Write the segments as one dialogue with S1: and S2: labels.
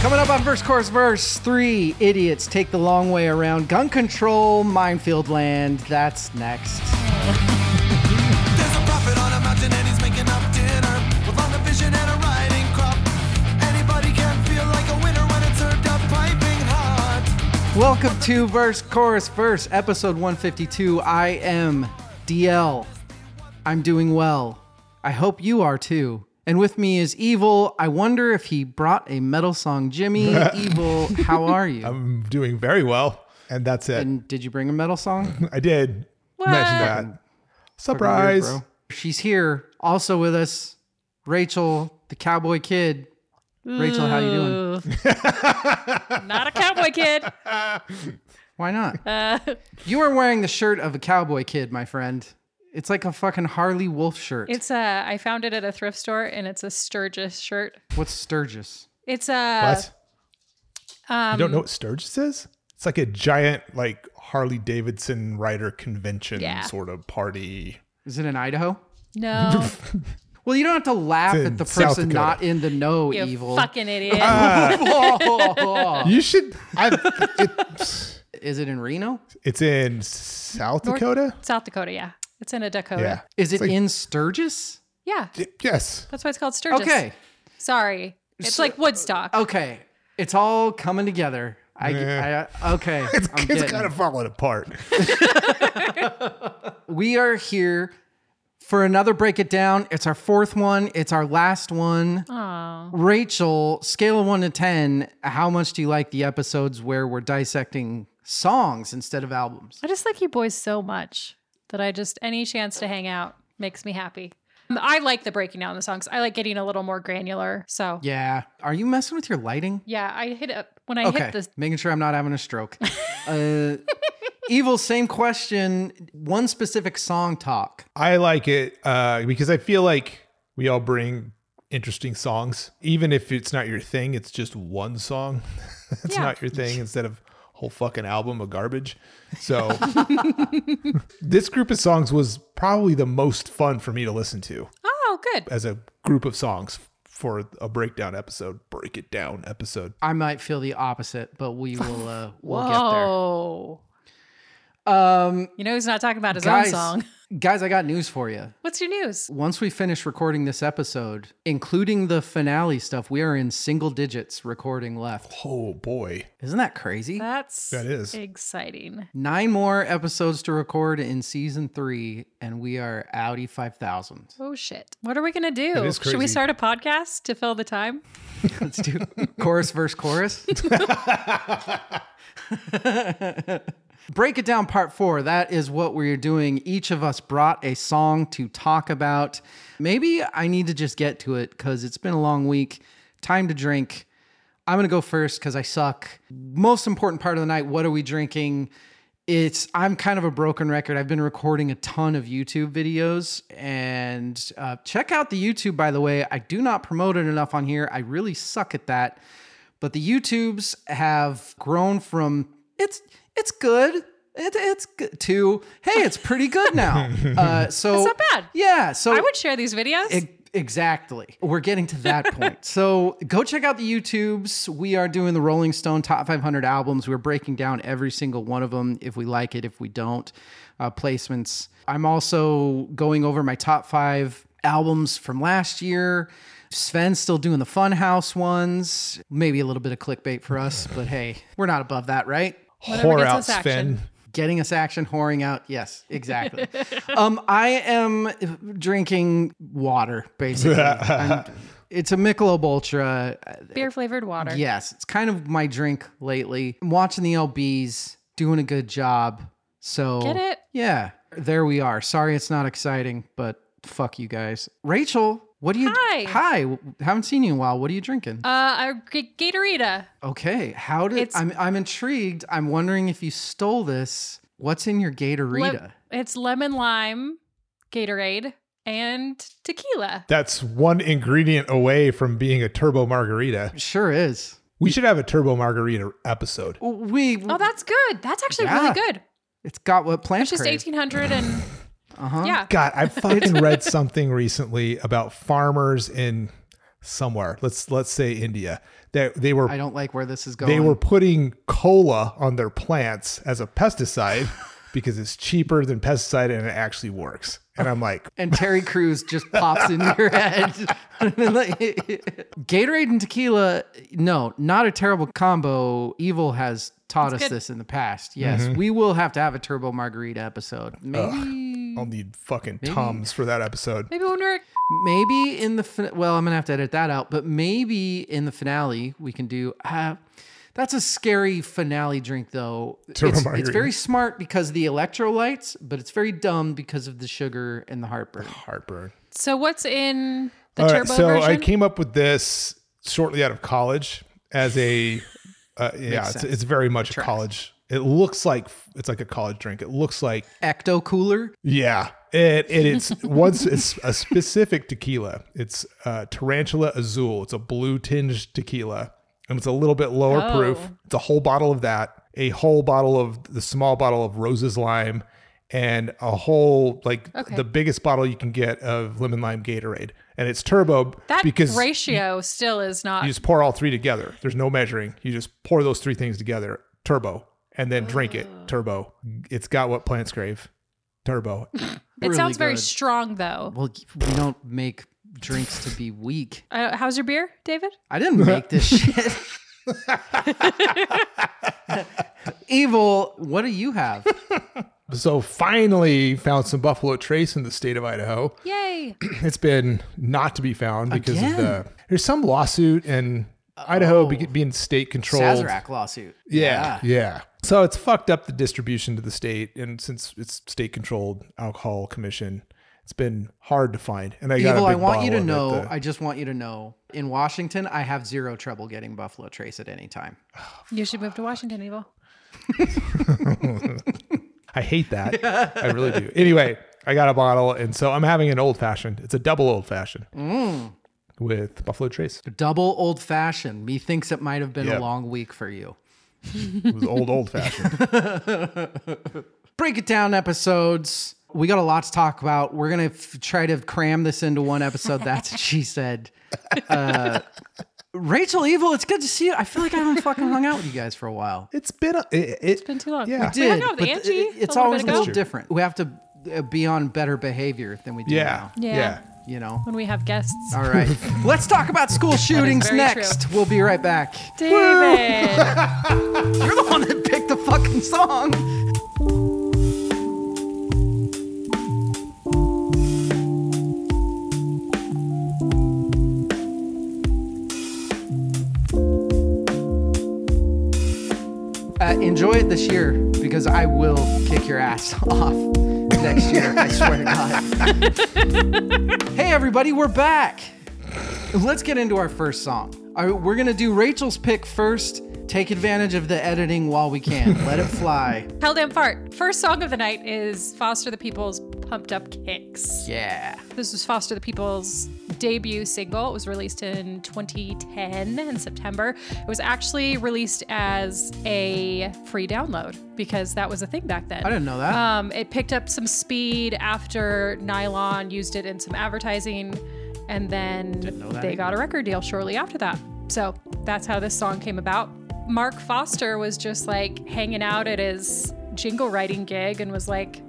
S1: Coming up on First Course Verse, three idiots take the long way around gun control, minefield land. That's next.
S2: There's a prophet on a mountain and he's making up dinner with lots of vision and a riding crop. Anybody can feel like a winner when it's served up piping hot.
S1: Welcome to Verse Chorus Verse, episode 152. I am DL. I'm doing well. I hope you are too. And with me is Evil. I wonder if he brought a metal song. Jimmy, Evil, how are you?
S3: I'm doing very well. And that's it.
S1: and did you bring a metal song?
S3: I did mention that. Surprise.
S1: Weird, bro. She's here. Also with us, Rachel, the cowboy kid. Rachel, how you doing?
S4: Not a cowboy kid.
S1: Why not?
S4: Uh,
S1: You are wearing the shirt of a cowboy kid, my friend. It's like a fucking Harley Wolf shirt.
S4: it's uh, I found it at a thrift store, and it's a Sturgis shirt.
S1: What's Sturgis?
S4: It's uh,
S3: What?
S1: Um,
S3: you don't know what Sturgis is? It's like a giant, like Harley Davidson rider convention
S4: Yeah.
S3: sort of party.
S1: Is it in Idaho?
S4: no,
S1: Well, you don't have to laugh at
S3: It's in
S1: the
S3: South
S1: person
S3: Dakota.
S1: not in the know,
S4: you
S1: evil.
S4: fucking idiot.
S3: Ah,
S1: Oh.
S3: You should. I, it,
S1: Is it in Reno?
S3: it's in South
S4: North-
S3: Dakota.
S4: South Dakota, yeah, it's in a
S3: Yeah.
S4: Dakota.
S1: Is it
S3: like-
S1: in Sturgis?
S4: Yeah,
S3: Y- Yes.
S4: that's why it's called Sturgis.
S1: Okay.
S4: sorry, it's
S1: So- oh,
S4: like Woodstock.
S1: Okay. It's all coming together. I,
S3: Yeah.
S1: I okay.
S3: It's,
S1: I'm
S3: it's
S1: getting
S3: kind
S1: it.
S3: of falling apart.
S1: we are here for another break it down. It's our fourth one. It's our last one.
S4: Aw.
S1: Rachel, scale of one to ten, how much do you like the episodes where we're dissecting songs instead of albums?
S4: I just like you boys so much that I just any chance to hang out makes me happy. Um, I like the breaking down the songs. I like getting a little more granular. So
S1: Yeah.
S4: yeah,
S1: Are you messing with your lighting?
S4: I hit up when I
S1: Okay.
S4: hit the
S1: Making sure I'm not having a stroke. uh, Evil, same question. One specific song talk.
S3: I like it uh, because I feel like we all bring interesting songs, even if it's not your thing. It's just one song. it's
S4: Yeah.
S3: not your thing instead of whole fucking album of garbage. So this group of songs was probably the most fun for me to listen to
S4: oh good.
S3: as a group of songs for a breakdown episode, break it down episode.
S1: I might feel the opposite, but we will uh, we'll get there.
S4: Whoa. Um, you know he's not talking about his
S1: guys,
S4: own song.
S1: guys, I got news for you.
S4: What's your news?
S1: Once we finish recording this episode, including the finale stuff, we are in single digits recording left.
S3: Oh boy.
S1: Isn't that crazy?
S4: That's
S3: That is.
S4: exciting.
S1: Nine more episodes to record in season three, and we are Audi 5000.
S4: Oh shit! What are we gonna
S3: That
S4: do?
S3: is
S4: Should we
S3: crazy.
S4: start a podcast to fill the time?
S1: Let's do chorus verse chorus. Break it down part four. That is what we're doing. Each of us brought a song to talk about. Maybe I need to just get to it because it's been a long week. Time to drink. I'm going to go first because I suck. Most important part of the night what are we drinking? It's, I'm kind of a broken record. I've been recording a ton of YouTube videos and uh, check out the YouTube, by the way. I do not promote it enough on here. I really suck at that but the YouTubes have grown from it's it's good. It, it's good to hey, it's pretty good now. Uh, so it's
S4: not bad.
S1: Yeah, so
S4: I would share these videos.
S1: e- exactly. We're getting to that point. So go check out the YouTubes. We are doing the Rolling Stone Top 500 albums. We're breaking down every single one of them. If we like it, if we don't, uh, placements. I'm also going over my top five albums from last year. Sven's still doing the Funhouse ones. Maybe a little bit of clickbait for us, but hey, we're not above that, right?
S4: Whatever
S3: Whore
S4: gets
S3: out,
S4: us action.
S3: Sven.
S1: getting us action, whoring out. Yes, exactly. um, I am drinking water basically. I'm- it's a Michelob Ultra. uh,
S4: Beer flavored water.
S1: Yes, it's kind of my drink lately. I'm watching the LBs, doing a good job. So
S4: Get it?
S1: Yeah, there we are. Sorry, it's not exciting, but fuck you guys. Rachel, what do you?
S4: Hi.
S1: hi. Haven't seen you in a while. What are you drinking?
S4: Uh, I, G- Gatorita.
S1: okay, how did?
S4: it's-
S1: I'm I'm intrigued. I'm wondering if you stole this. What's in your
S4: Lem-
S1: Gatorita?
S4: it's lemon lime, Gatorade, and tequila.
S3: That's one ingredient away from being a turbo margarita.
S1: Sure is.
S3: We should have a turbo margarita episode.
S1: We
S4: Oh, that's good. That's actually
S1: Yeah.
S4: really good.
S1: it's got what plants
S4: It's just eighteen hundred and yeah.
S3: God, I fucking read something recently about farmers in somewhere. Let's let's say India. That they, were
S1: I don't like where this is going.
S3: they were putting cola on their plants as a pesticide because it's cheaper than pesticide and it actually works. And I'm like,
S1: and Terry Crews just pops in your head. Like, Gatorade and tequila, no, not a terrible combo. Evil has taught us
S4: good.
S1: this in the past. Yes,
S3: Mm-hmm.
S1: we will have to have a turbo margarita episode. Maybe,
S3: I'll need fucking tums for that episode.
S4: Maybe when we're
S1: maybe in the fin- well, I'm gonna have to edit that out. But maybe in the finale, we can do. Uh, that's a scary finale drink, though.
S3: Turbo
S1: it's, it's
S3: margarita.
S1: very smart because of the electrolytes, but it's very dumb because of the sugar and the heartburn.
S3: Heartburn.
S4: so what's in the
S3: All right,
S4: turbo
S3: so
S4: version?
S3: I came up with this shortly out of college as a uh, yeah, it's,
S1: sense.
S3: it's very much a college. It looks like it's like a college drink. It looks like
S1: Ecto cooler.
S3: yeah. It, it it's once it's a specific tequila. It's uh, Tarantula Azul. It's a blue tinged tequila, and it's a little bit lower
S4: Oh.
S3: proof. It's a whole bottle of that, a whole bottle of the small bottle of Roses Lime, and a whole like
S4: Okay.
S3: the biggest bottle you can get of lemon lime Gatorade. And it's turbo
S4: that
S3: because
S4: ratio still is not
S3: you just pour all three together. There's no measuring. You just pour those three things together, turbo, and then drink it,
S4: Oh.
S3: turbo. It's got what plants crave, turbo.
S4: it
S1: really
S4: sounds very
S1: good.
S4: strong though
S1: Well, we don't make drinks to be weak.
S4: uh, how's your beer david
S1: I didn't make this shit. Evil, what do you have?
S3: So finally found some Buffalo Trace in the state of Idaho.
S4: yay
S3: It's been not to be found because
S1: Again? Oh.
S3: of the there's some lawsuit and Idaho be, being state controlled.
S1: Sazerac lawsuit.
S3: Yeah, yeah. So it's fucked up the distribution to the state, and since it's state controlled alcohol commission, it's been hard to find. And I got
S1: Evil,
S3: a
S1: I
S3: big
S1: want you
S3: bottle
S1: to
S3: of it
S1: know,
S3: that-
S1: I just want you to know, in Washington, I have zero trouble getting Buffalo Trace at any time.
S4: you should move to washington evil
S3: I hate that. I really do. Anyway, I got a bottle, and so I'm having an old fashioned. It's a double old fashioned
S1: Mm.
S3: with Buffalo Trace.
S1: Double old fashioned. Methinks it might have been
S3: Yeah.
S1: a long week for you.
S3: It was old old fashioned.
S1: break it down episodes. We got a lot to talk about. We're gonna f- try to cram this into one episode. That's what she said. Uh, Rachel Evil, it's good to see you. I feel like I haven't fucking hung out with you guys for a while.
S3: It's been a, it, it's
S4: been too long.
S3: Yeah,
S4: We hung out with
S1: but
S4: Angie
S1: it-
S4: a
S1: it's
S4: little
S1: always a
S4: bit ago.
S1: little different. We have to uh, be on better behavior than we do
S3: yeah,
S1: now.
S4: Yeah.
S3: yeah.
S1: You know.
S4: when we have guests
S1: All right, let's talk about school shootings
S4: very
S1: next. We'll be right back.
S4: david
S1: You're the one that picked the fucking song. Uh, enjoy it this year because I will kick your ass off next year. I swear to God. hey, everybody, we're back. Let's get into our first song. All right, we're going to do Rachel's pick first. Take advantage of the editing while we can. Let it fly.
S4: hell damn fart first song of the night is foster the people's pumped up kicks
S1: Yeah.
S4: This was Foster the People's debut single. It was released in 2010 in September. It was actually released as a free download because that was a thing back then.
S1: I didn't know that.
S4: Um, it picked up some speed after Nylon used it in some advertising, and then
S1: know that
S4: they
S1: either.
S4: got a record deal shortly after that. So that's how this song came about. Mark Foster was just like hanging out at his jingle writing gig and was like,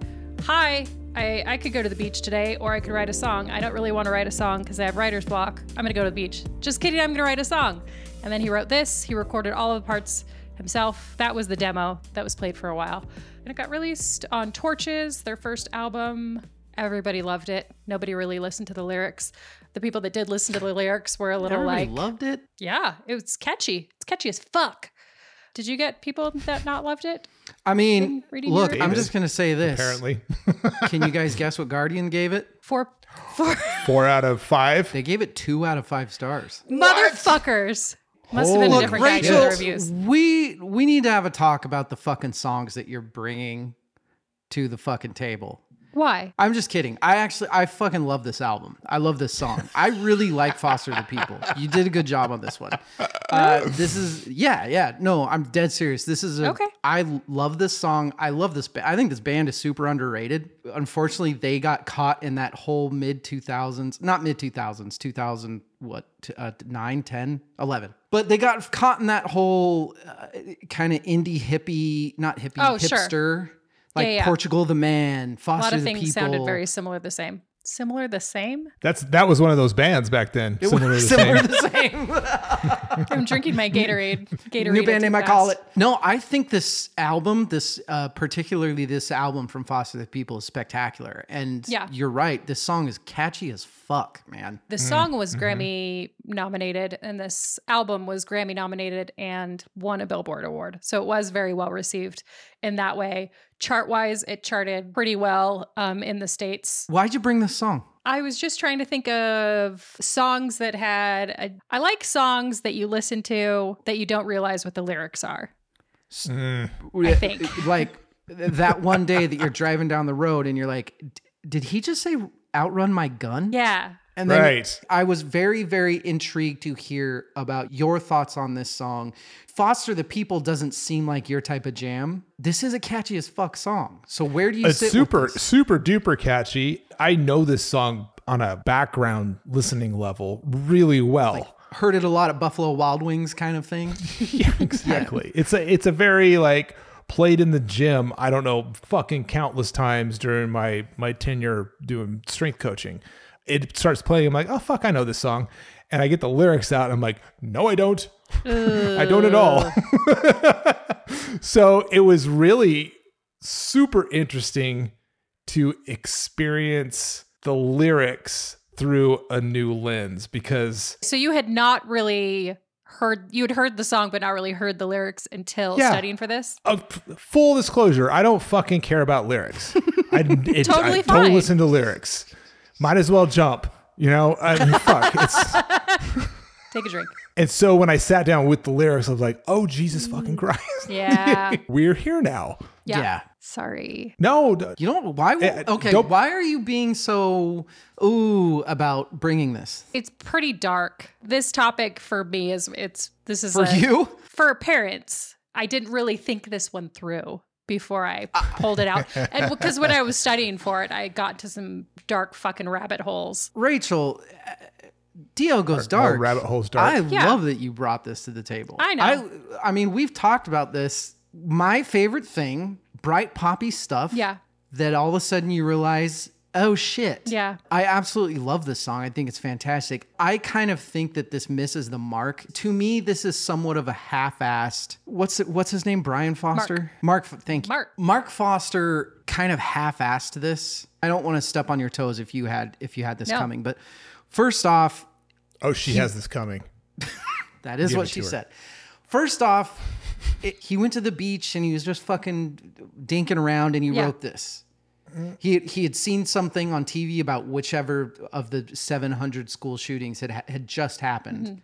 S4: Hi, I, I could go to the beach today or I could write a song. I don't really want to write a song because I have writer's block. I'm going to go to the beach. Just kidding, I'm going to write a song. And then he wrote this. He recorded all of the parts himself. That was the demo that was played for a while. And it got released on Torches, their first album. Everybody loved it. Nobody really listened to the lyrics. The people that did listen to the lyrics were a little
S1: Everybody
S4: like,
S1: loved it.
S4: yeah, it was catchy. It's catchy as fuck. Did you get people that not loved it?
S1: I mean,
S4: reading
S1: look,
S4: your-
S1: I'm just going to say this.
S3: Apparently,
S1: Can you guys guess what Guardian gave it?
S4: Four, four
S3: four out of five.
S1: They gave it two out of five stars.
S4: motherfuckers. Must have been a
S3: Look,
S4: different guy
S1: Rachel,
S4: doing the reviews.
S1: we we need to have a talk about the fucking songs that you're bringing to the fucking table.
S4: Why?
S1: I'm just kidding. I actually I fucking love this album. I love this song. I really like Foster the People. You did a good job on this one. Uh, this is yeah yeah no I'm dead serious. This is a
S4: Okay.
S1: I love this song. I love this. Ba- I think this band is super underrated. unfortunately they got caught in that whole mid 2000s not mid 2000s 2000 what t- uh, 9 10 11 but they got caught in that whole uh, kind of indie hippie not hippie
S4: Oh, sure.
S1: hipster like
S4: Yeah, yeah.
S1: portugal the man
S4: A
S1: foster
S4: lot of
S1: the
S4: things
S1: people
S4: sounded very similar, the same. Similar, the same?
S3: That's that was one of those bands back then. similar to the same.
S1: similar to the same
S4: I'm drinking my Gatorade. Gatorade.
S1: New band
S4: too
S1: name, I call
S4: fast.
S1: it. No, I think this album, this uh, particularly this album from Foster the People, is spectacular. And
S4: Yeah.
S1: you're right. This song is catchy as fuck, man.
S4: The song was
S1: Mm-hmm.
S4: Grammy nominated, and this album was Grammy nominated and won a Billboard award. So it was very well received in that way. Chart wise, it charted pretty well um, in the States.
S1: Why'd you bring this song?
S4: I was just trying to think of songs that had. A, I like songs that you listen to that you don't realize what the lyrics are. I think.
S1: Like th- that one day that you're driving down the road and you're like, "D- did he just say outrun my gun?
S4: Yeah.
S1: And then
S3: Right.
S1: I was very, very intrigued to hear about your thoughts on this song. Foster the People doesn't seem like your type of jam. This is a catchy as fuck song. So where do you
S3: It's
S1: sit? with
S3: super,
S1: this?
S3: super duper catchy. I know this song on a background listening level really well.
S1: heard it a lot at Buffalo Wild Wings kind of thing.
S3: yeah, exactly. It's a it's a very like played in the gym. I don't know, fucking countless times during my my tenure doing strength coaching. It starts playing. I'm like, oh fuck, I know this song, and I get the lyrics out. And I'm like, no, I don't. I don't at all. so it was really super interesting to experience the lyrics through a new lens because
S4: So you had not really heard, you had heard the song, but not really heard the lyrics until
S3: Yeah.
S4: studying for this.
S3: uh, p- full disclosure, I don't fucking care about lyrics. I, it,
S4: Totally
S3: I don't
S4: fine.
S3: listen to lyrics. Might as well jump. You know, I mean, fuck. It's,
S4: Take a drink.
S3: and so when I sat down with the lyrics, I was like, oh, Jesus fucking Christ.
S4: Mm. Yeah.
S3: We're here now.
S4: Yeah.
S1: Yeah.
S4: Sorry.
S3: No, d-
S1: You know why?
S3: Eh, eh,
S1: okay,
S3: don't-
S1: why are you being so ooh about bringing this
S4: It's pretty dark. This topic for me is it's this is
S1: for
S4: a-
S1: you?
S4: for parents. I didn't really think this one through before I
S1: Uh,
S4: pulled it out. and because when I was studying for it, I got to some dark fucking rabbit holes.
S1: Rachel, eh, Dio goes
S3: Or- or
S1: dark.
S3: rabbit hole's dark.
S1: I
S4: Yeah.
S1: love that you brought this to the table.
S4: I know.
S1: I, I mean, we've talked about this. My favorite thing, bright poppy stuff.
S4: Yeah.
S1: That all of a sudden you realize, oh shit.
S4: Yeah.
S1: I absolutely love this song. I think it's fantastic. I kind of think that this misses the mark. To me, this is somewhat of a half-assed. What's it, what's his name? Brian Foster. Mark. F thank you.
S4: Mark.
S1: Mark Foster kind of half-assed this. I don't want to step on your toes if you had if you had this
S4: No.
S1: coming, but first off,
S3: oh, she has this coming.
S1: that is
S3: Give
S1: what
S3: it
S1: she
S3: to her.
S1: said. First off, it, he went to the beach and he was just fucking dinking around and he
S4: Yeah.
S1: wrote this. He, he had seen something on TV about whichever of the 700 school shootings had, had just happened.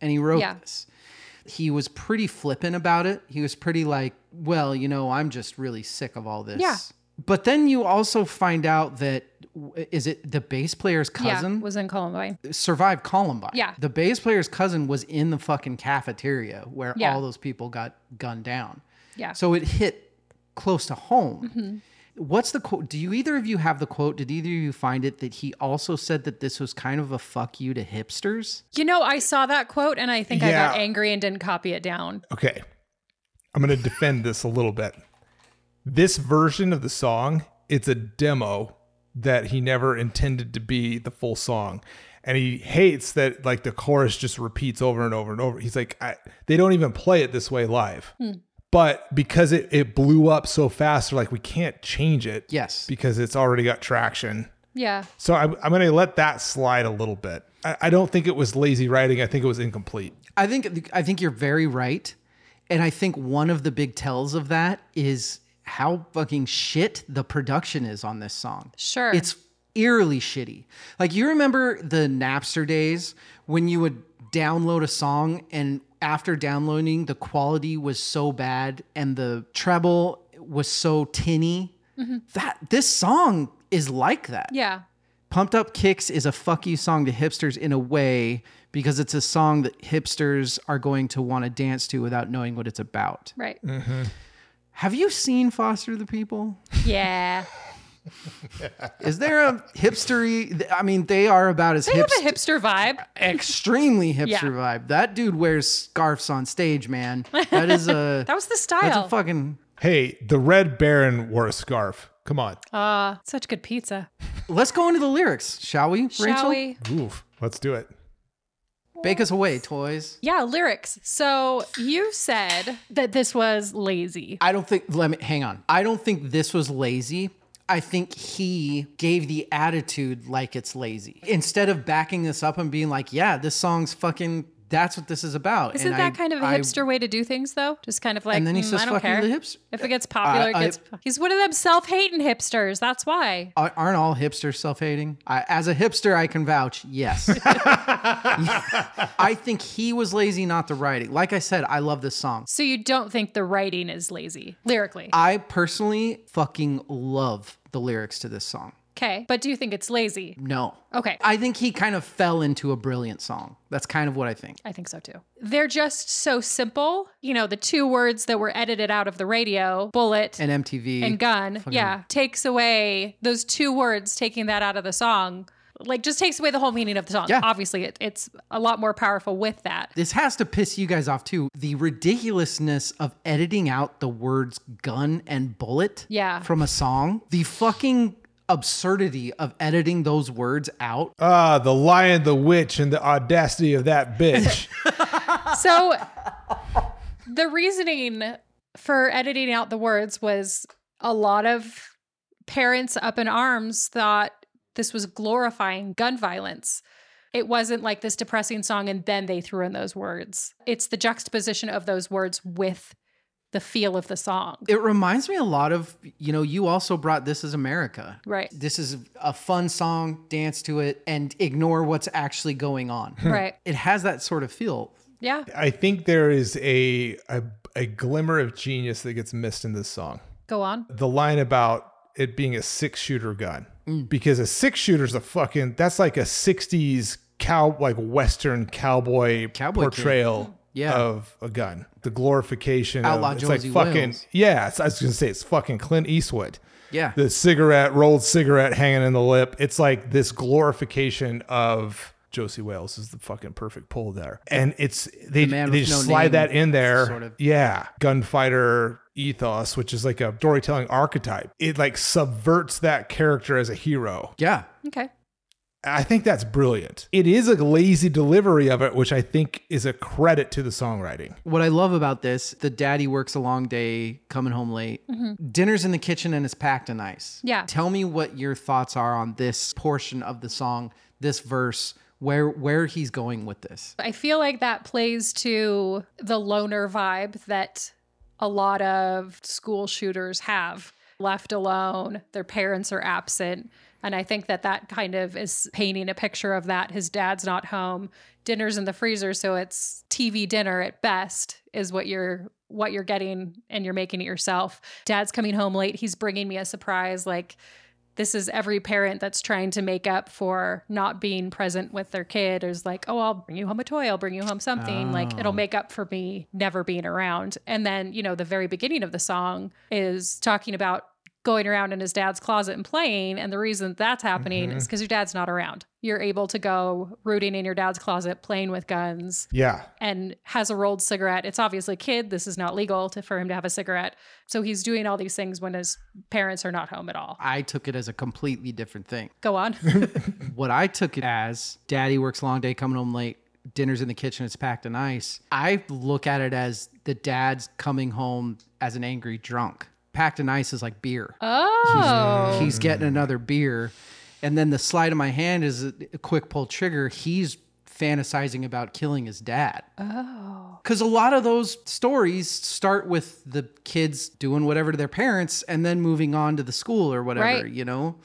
S1: And he wrote
S4: Mm-hmm. Yeah.
S1: this. He was pretty flippant about it. He was pretty like, well, you know, I'm just really sick of all this.
S4: Yeah.
S1: But then you also find out that is it the bass player's cousin?
S4: Yeah. Was in Columbine.
S1: Uh, survived Columbine.
S4: Yeah.
S1: The bass player's cousin was in the fucking cafeteria where
S4: Yeah.
S1: all those people got gunned down.
S4: Yeah.
S1: So it hit close to home.
S4: Mm-hmm.
S1: What's the quote? Do you either of you have the quote? Did either of you find it that he also said that this was kind of a fuck you to hipsters?
S4: You know, I saw that quote and I think I got
S3: Yeah.
S4: angry and didn't copy it down.
S3: Okay. I'm going to defend this a little bit. This version of the song, it's a demo that he never intended to be the full song. And he hates that like the chorus just repeats over and over and over. He's like I, they don't even play it this way live. But because it it blew up so fast, they're like we can't change it.
S1: Yes.
S3: Because it's already got traction.
S4: Yeah.
S3: So I'm, I'm going to let that slide a little bit. I, I don't think it was lazy writing. I think it was incomplete.
S1: I think I think you're very right, and I think one of the big tells of that is how fucking shit the production is on this song.
S4: Sure.
S1: it's eerily shitty. Like you remember the Napster days when you would download a song and after downloading the quality was so bad and the treble was so tinny. That this song is like that.
S4: Mm-hmm. Yeah.
S1: Pumped Up Kicks is a fuck you song to hipsters in a way because it's a song that hipsters are going to want to dance to without knowing what it's about.
S4: Right.
S1: Have you seen Foster the People?
S4: Yeah.
S1: Is there a hipstery? I mean, they are about as
S4: They have
S1: hipster,
S4: a hipster vibe.
S1: extremely hipster
S4: Yeah.
S1: vibe. That dude wears scarves on stage, man. That is a
S4: That was the
S1: that's a
S4: style.
S1: fucking.
S3: Hey, the Red Baron wore a scarf. Come on.
S4: Ah, such good pizza.
S1: Let's go into the lyrics, shall we?
S4: Shall
S1: Rachel,
S4: we?
S3: Oof. Let's do it.
S1: bake us away, toys.
S4: Yeah, lyrics. So you said that this was lazy.
S1: I don't think. Let me hang on. I don't think this was lazy. I think he gave the attitude like it's lazy instead of backing this up and being like, "Yeah, this song's fucking. That's what this is about."
S4: Isn't
S1: And
S4: that
S1: I-
S4: kind of a
S1: I-
S4: hipster way to do things, though? Just kind of like,
S1: And then he
S4: "Mm,
S1: says,
S4: I don't
S1: "Fucking
S4: care.
S1: the hipster."
S4: If it gets popular, it
S1: I-
S4: gets. he's one of them self-hating hipsters. That's why.
S1: Ar- Aren't all hipsters self-hating? I, as a hipster, I can vouch. Yes, I think he was lazy, not the writing. Like I said, I love this song.
S4: So you don't think the writing is lazy lyrically?
S1: I personally fucking love the lyrics to this song.
S4: Okay, but do you think it's lazy?
S1: No,
S4: Okay,
S1: I think he kind of fell into a brilliant song. That's kind of what I think.
S4: I think so too. They're just so simple. You know, the two words that were edited out of the radio, bullet and,
S1: And MTV
S4: gun, yeah, takes away those two words, taking that out of the song, like just takes away the whole meaning of the song.
S1: Yeah.
S4: Obviously, it, it's a lot more powerful with that.
S1: this has to piss you guys off too. The ridiculousness of editing out the words gun and bullet
S4: Yeah.
S1: from a song. The fucking absurdity of editing those words out.
S3: Ah, the lion, the witch, and the audacity of that bitch.
S4: So the reasoning for editing out the words was a lot of parents up in arms thought this was glorifying gun violence. It wasn't like this depressing song and then they threw in those words. It's the juxtaposition of those words with the feel of the song.
S1: It reminds me a lot of, you know, you also brought This Is America.
S4: Right.
S1: This is a fun song, dance to it, and ignore what's actually going on.
S4: Right.
S1: It has that sort of feel.
S4: Yeah.
S3: I think there is a, a a glimmer of genius that gets missed in this song.
S4: Go on.
S3: The line about it being a six shooter gun.
S1: Mm.
S3: Because a six shooter is a fucking that's like a sixties cow like western cowboy,
S1: Cowboy kid.
S3: portrayal
S1: Yeah.
S3: of a gun. The glorification
S1: Outlaw
S3: of, it's like
S1: Josie
S3: fucking
S1: Wales.
S3: yeah, it's, I was gonna say it's fucking Clint Eastwood.
S1: Yeah.
S3: the cigarette rolled cigarette hanging in the lip it's like this glorification of josie wales is the fucking perfect pull there and it's they,
S1: man
S3: they
S1: with
S3: just
S1: no
S3: slide
S1: name,
S3: that in there
S1: sort of.
S3: yeah gunfighter ethos which is like a storytelling archetype it like subverts that character as a hero
S1: yeah.
S4: Okay.
S3: i think that's brilliant it is a lazy delivery of it which i think is a credit to the songwriting
S1: What I love about this, the daddy works a long day, coming home late. Dinner's in the kitchen and it's packed and nice.
S4: Yeah.
S1: Tell me what your thoughts are on this portion of the song, this verse, where where he's going with this.
S4: I feel like that plays to the loner vibe that a lot of school shooters have left alone, their parents are absent. And I think that that kind of is painting a picture of that. His dad's not home, dinner's in the freezer, so it's TV dinner at best is what you're what you're getting and you're making it yourself. Dad's coming home late, he's bringing me a surprise like this is every parent that's trying to make up for not being present with their kid is like, oh, I'll bring you home a toy, I'll bring you home something. Like it'll make up for me never being around. And then, you know, the very beginning of the song is talking about going around in his dad's closet and playing. And the reason that's happening is because your dad's not around. You're able to go rooting in your dad's closet, playing with guns,
S3: yeah
S4: and has a rolled cigarette. It's obviously a kid. This is not legal to, for him to have a cigarette. So he's doing all these things when his parents are not home at all.
S1: I took it as a completely different thing.
S4: Go on.
S1: What I took it as daddy works a long day, coming home late, dinner's in the kitchen, it's packed and nice. I look at it as the dad's coming home as an angry drunk. Packed and ice is like beer.
S4: oh,
S1: he's getting another beer and then the slide of my hand is a, a quick pull trigger he's fantasizing about killing his dad oh because a lot of those stories start with the kids doing whatever to their parents and then moving on to the school or whatever
S4: Right.
S1: you know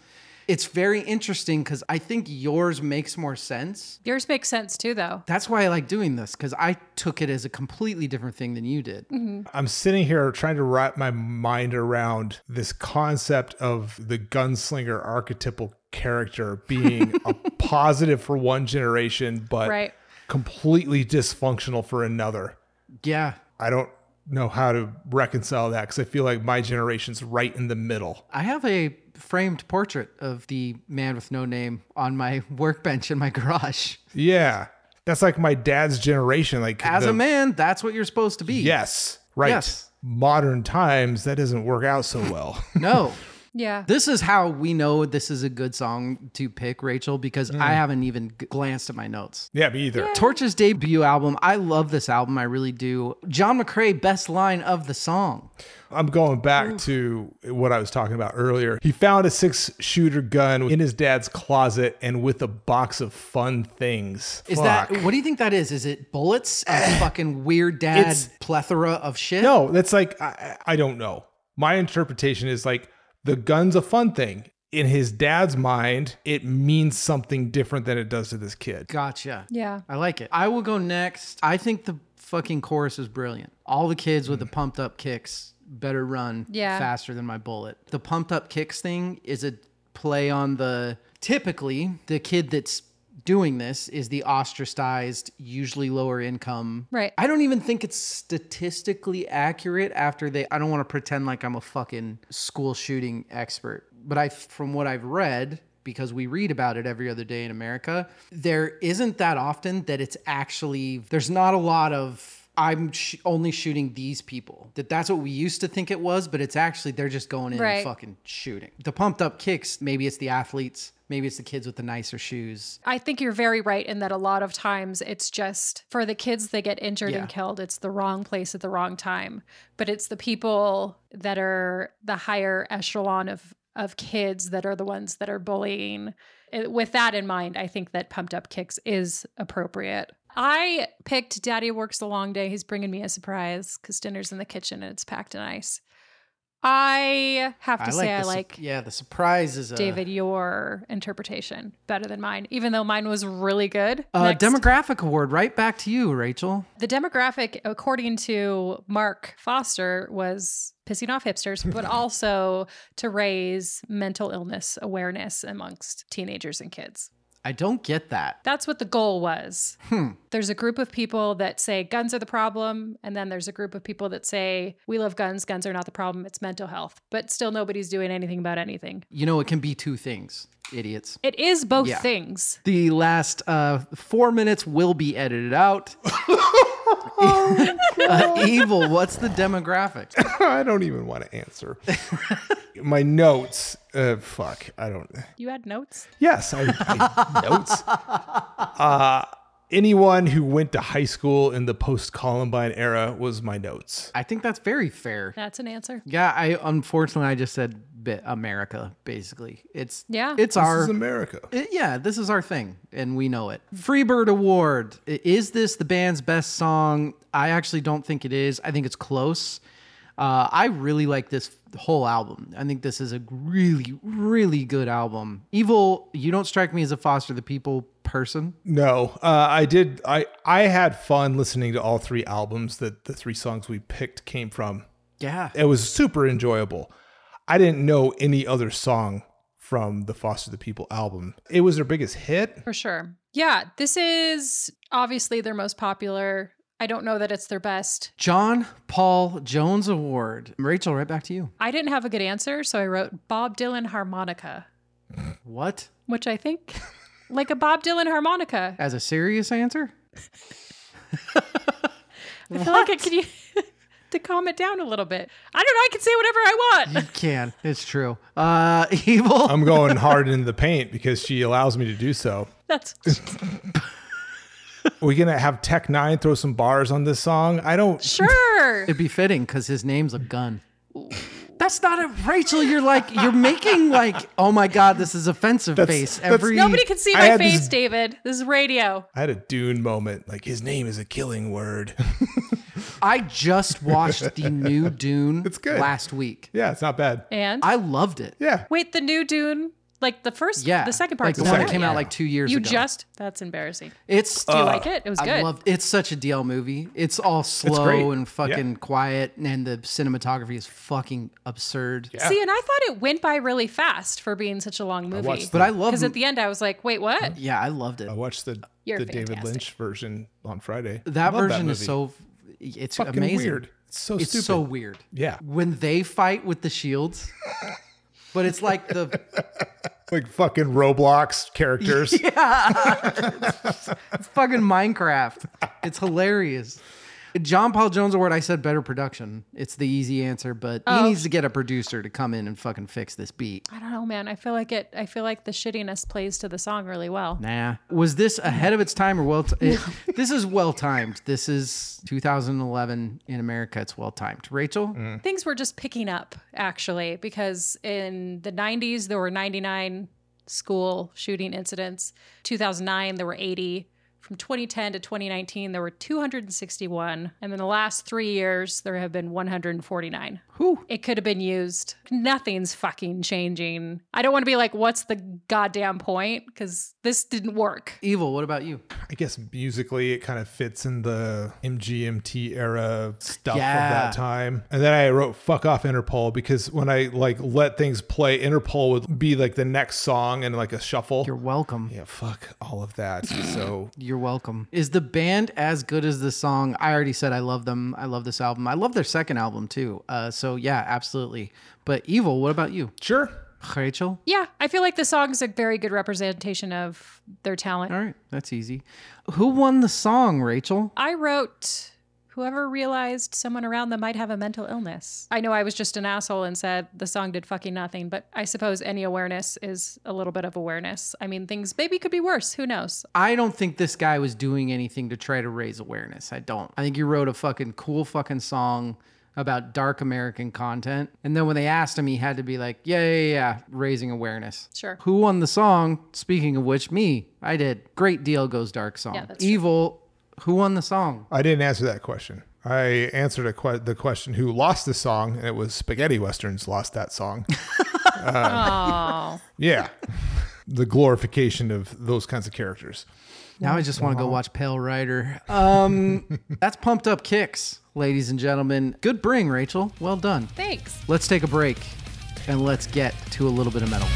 S1: it's very interesting because i think yours makes more sense
S4: yours makes sense too, though.
S1: that's why i like doing this because i took it as a completely different thing than you did
S4: Mm-hmm.
S3: I'm sitting here trying to wrap my mind around this concept of the gunslinger archetypal character being a positive for one generation, but
S4: Right.
S3: completely dysfunctional for another.
S1: yeah
S3: I don't know how to reconcile that because I feel like my generation's right in the middle.
S1: I have a framed portrait of the man with no name on my workbench in my garage.
S3: Yeah. That's like my dad's generation. Like
S1: As
S3: the-
S1: a man, that's what you're supposed to be.
S3: Yes. Right.
S1: Yes.
S3: Modern times, that doesn't work out so well.
S1: No.
S4: Yeah.
S1: This is how we know this is a good song to pick, Rachel, because
S3: Mm.
S1: I haven't even g- glanced at my notes.
S3: yeah, me either.
S1: Torch's debut album. I love this album. I really do. John McCrae, best line of the song.
S3: I'm going back to what I was talking about earlier. He found a six shooter gun in his dad's closet and with a box of fun things.
S1: Is
S3: Fuck.
S1: that what do you think that is? Is it bullets? A fucking weird dad
S3: It's-
S1: plethora of shit?
S3: No, that's like I, I I don't know. My interpretation is like the gun's a fun thing. In his dad's mind, it means something different than it does to this kid.
S1: Gotcha.
S4: Yeah.
S1: I like it. I will go next. I think the fucking chorus is brilliant. All the kids with the pumped up kicks better run
S4: Yeah.
S1: faster than my bullet. The pumped up kicks thing is a play on the typically the kid that's doing this is the ostracized, usually lower income.
S4: Right.
S1: I don't even think it's statistically accurate after they I don't want to pretend like I'm a fucking school shooting expert, but I from what I've read because we read about it every other day in America, there isn't that often that it's actually there's not a lot of I'm sh- only shooting these people. That that's what we used to think it was, but it's actually they're just going in
S4: Right.
S1: and fucking shooting. The pumped up kicks, maybe it's the athletes, maybe it's the kids with the nicer shoes.
S4: I think you're very right in that a lot of times it's just for the kids that get injured
S1: Yeah.
S4: and killed, it's the wrong place at the wrong time. But it's the people that are the higher echelon of of kids that are the ones that are bullying. It- With that in mind, I think that pumped up kicks is appropriate. I picked Daddy Works a Long Day. He's bringing me a surprise because dinner's in the kitchen and it's packed and ice. I have to say, I
S1: the sup-
S4: like
S1: yeah, the surprise is a
S4: David, your interpretation better than mine, even though mine was really good.
S1: Uh,
S4: Next,
S1: demographic award, right back to you, Rachel.
S4: the demographic, according to Mark Foster, was pissing off hipsters, but also to raise mental illness awareness amongst teenagers and kids.
S1: I don't get that.
S4: That's what the goal was.
S1: Hmm.
S4: There's a group of people that say guns are the problem, and then there's a group of people that say we love guns, guns are not the problem, it's mental health. But still, nobody's doing anything about anything.
S1: You know, it can be two things, idiots.
S4: It is both
S1: Yeah.
S4: things.
S1: The last uh, four minutes will be edited out.
S3: Oh,
S1: uh, evil, what's the demographic?
S3: I don't even want to answer. My notes. Uh, fuck. I don't.
S4: You had notes?
S3: Yes, I, I notes. Uh, anyone who went to high school in the post Columbine era was my notes.
S1: I think that's very fair.
S4: That's an answer.
S1: Yeah, I unfortunately I just said bit America. Basically, it's
S4: Yeah.
S1: it's our
S3: This is America.
S1: it- Uh, yeah, this is our thing, and we know it. Freebird Award. I- Is this the band's best song? I actually don't think it is. I think it's close. Uh, I really like this whole album. I think this is a really, really good album. Evil, you don't strike me as a Foster the People person.
S3: No, uh, I did. I I had fun listening to all three albums that the three songs we picked came from.
S1: Yeah.
S3: It was super enjoyable. I didn't know any other song from the Foster the People album. It was their biggest hit.
S4: For sure. Yeah, this is obviously their most popular. I don't know that it's their best.
S1: John Paul Jones Award. Rachel, right back to you.
S4: I didn't have a good answer, so I wrote Bob Dylan harmonica,
S1: What?
S4: which I think like a Bob Dylan harmonica.
S1: As a serious answer?
S4: I feel like I could u- to calm it down a little bit. I don't know, I can say whatever I want.
S1: You can. It's true. Uh, evil.
S3: I'm going hard into the paint because she allows me to do so.
S4: That's
S3: Are we gonna have Tech Nine throw some bars on this song? I don't.
S4: sure.
S1: It'd be fitting because his name's a gun. That's not a Rachel. You're like you're making like oh my god, this is offensive
S3: That's-
S1: face
S3: that's-
S1: every.
S4: Nobody can see
S3: I
S4: my
S3: had this-
S4: face, David. This is radio.
S3: I had a Dune moment. Like his name is a killing word.
S1: I just watched the new Dune. It's
S3: good.
S1: Last week,
S3: yeah, it's not bad.
S4: And
S1: I loved it.
S3: Yeah,
S4: wait, the new Dune, like the first,
S1: Yeah,
S4: the second
S1: like
S4: part,
S1: the one that
S3: second.
S1: came out like two years
S4: You
S1: ago.
S4: just that's embarrassing.
S1: it's
S4: Do you like it? It was
S1: I
S4: good.
S1: loved. It's such a DL movie. It's all slow
S3: great.
S1: and fucking
S3: Yeah.
S1: quiet, and the cinematography is fucking absurd.
S3: Yeah.
S4: See, and I thought it went by really fast for being such a long movie.
S3: watched
S1: But I love. Mm-hmm.
S4: because at the end I was like, wait, what?
S1: yeah, I loved it.
S3: I watched the
S4: You're
S3: the David
S4: fantastic.
S3: Lynch version on Friday.
S1: That
S3: Love
S1: version is
S3: movie.
S1: so. It's
S3: fucking
S1: amazing.
S3: weird. It's so
S1: It's
S3: stupid.
S1: so weird.
S3: yeah.
S1: when they fight with the shields But it's like the
S3: like fucking Roblox characters.
S1: fucking Minecraft. It's hilarious. John Paul Jones Award, I said better production. It's the easy answer, but he needs to get a producer to come in and fucking fix this beat.
S4: I don't know, man. I feel like it. I feel like the shittiness plays to the song really well.
S1: Nah. Was this ahead of its time or well? it- this is well timed. This is 2011 in America. It's well timed. Rachel?
S3: Mm.
S4: Things were just picking up actually, because in the 90s there were 99 school shooting incidents. 2009 there were 80. From 2010 to 2019 there were 261, and in the last three years there have been 149.
S1: Whew.
S4: It could have been used. Nothing's fucking changing. I don't want to be like, what's the goddamn point? Because this didn't work.
S1: Evil, what about you?
S3: I guess musically it kind of fits in the MGMT era stuff
S1: Yeah.
S3: of that time. And then I wrote fuck off Interpol because when I like let things play, Interpol would be like the next song and like a shuffle.
S1: You're welcome.
S3: yeah, fuck all of that. so
S1: You're welcome. Is the band as good as the song? I already said I love them. I love this album. I love their second album too. Uh, so yeah, absolutely. But Evil, what about you?
S3: sure.
S1: Rachel?
S4: Yeah, I feel like the song's a very good representation of their talent.
S1: All right, that's easy. Who won the song, Rachel?
S4: I wrote, whoever realized someone around them might have a mental illness. I know I was just an asshole and said the song did fucking nothing, but I suppose any awareness is a little bit of awareness. I mean, things maybe could be worse. Who knows?
S1: I don't think this guy was doing anything to try to raise awareness. I don't. I think he wrote a fucking cool fucking song about dark American content. And then when they asked him, he had to be like, yeah, yeah, yeah, raising awareness.
S4: Sure.
S1: Who won the song? Speaking of which, me. I did. Great deal goes dark song.
S4: Yeah, that's true.
S1: Evil. Who won the song?
S3: I didn't answer that question. I answered a que- the question who lost the song, and it was Spaghetti Westerns lost that song.
S4: Oh,
S3: Yeah. the glorification of those kinds of characters.
S1: Now I just want to go watch Pale Rider. Um, that's pumped up kicks, ladies and gentlemen. Good bring, Rachel. Well done.
S4: thanks.
S1: Let's take a break and let's get to a little bit of metal.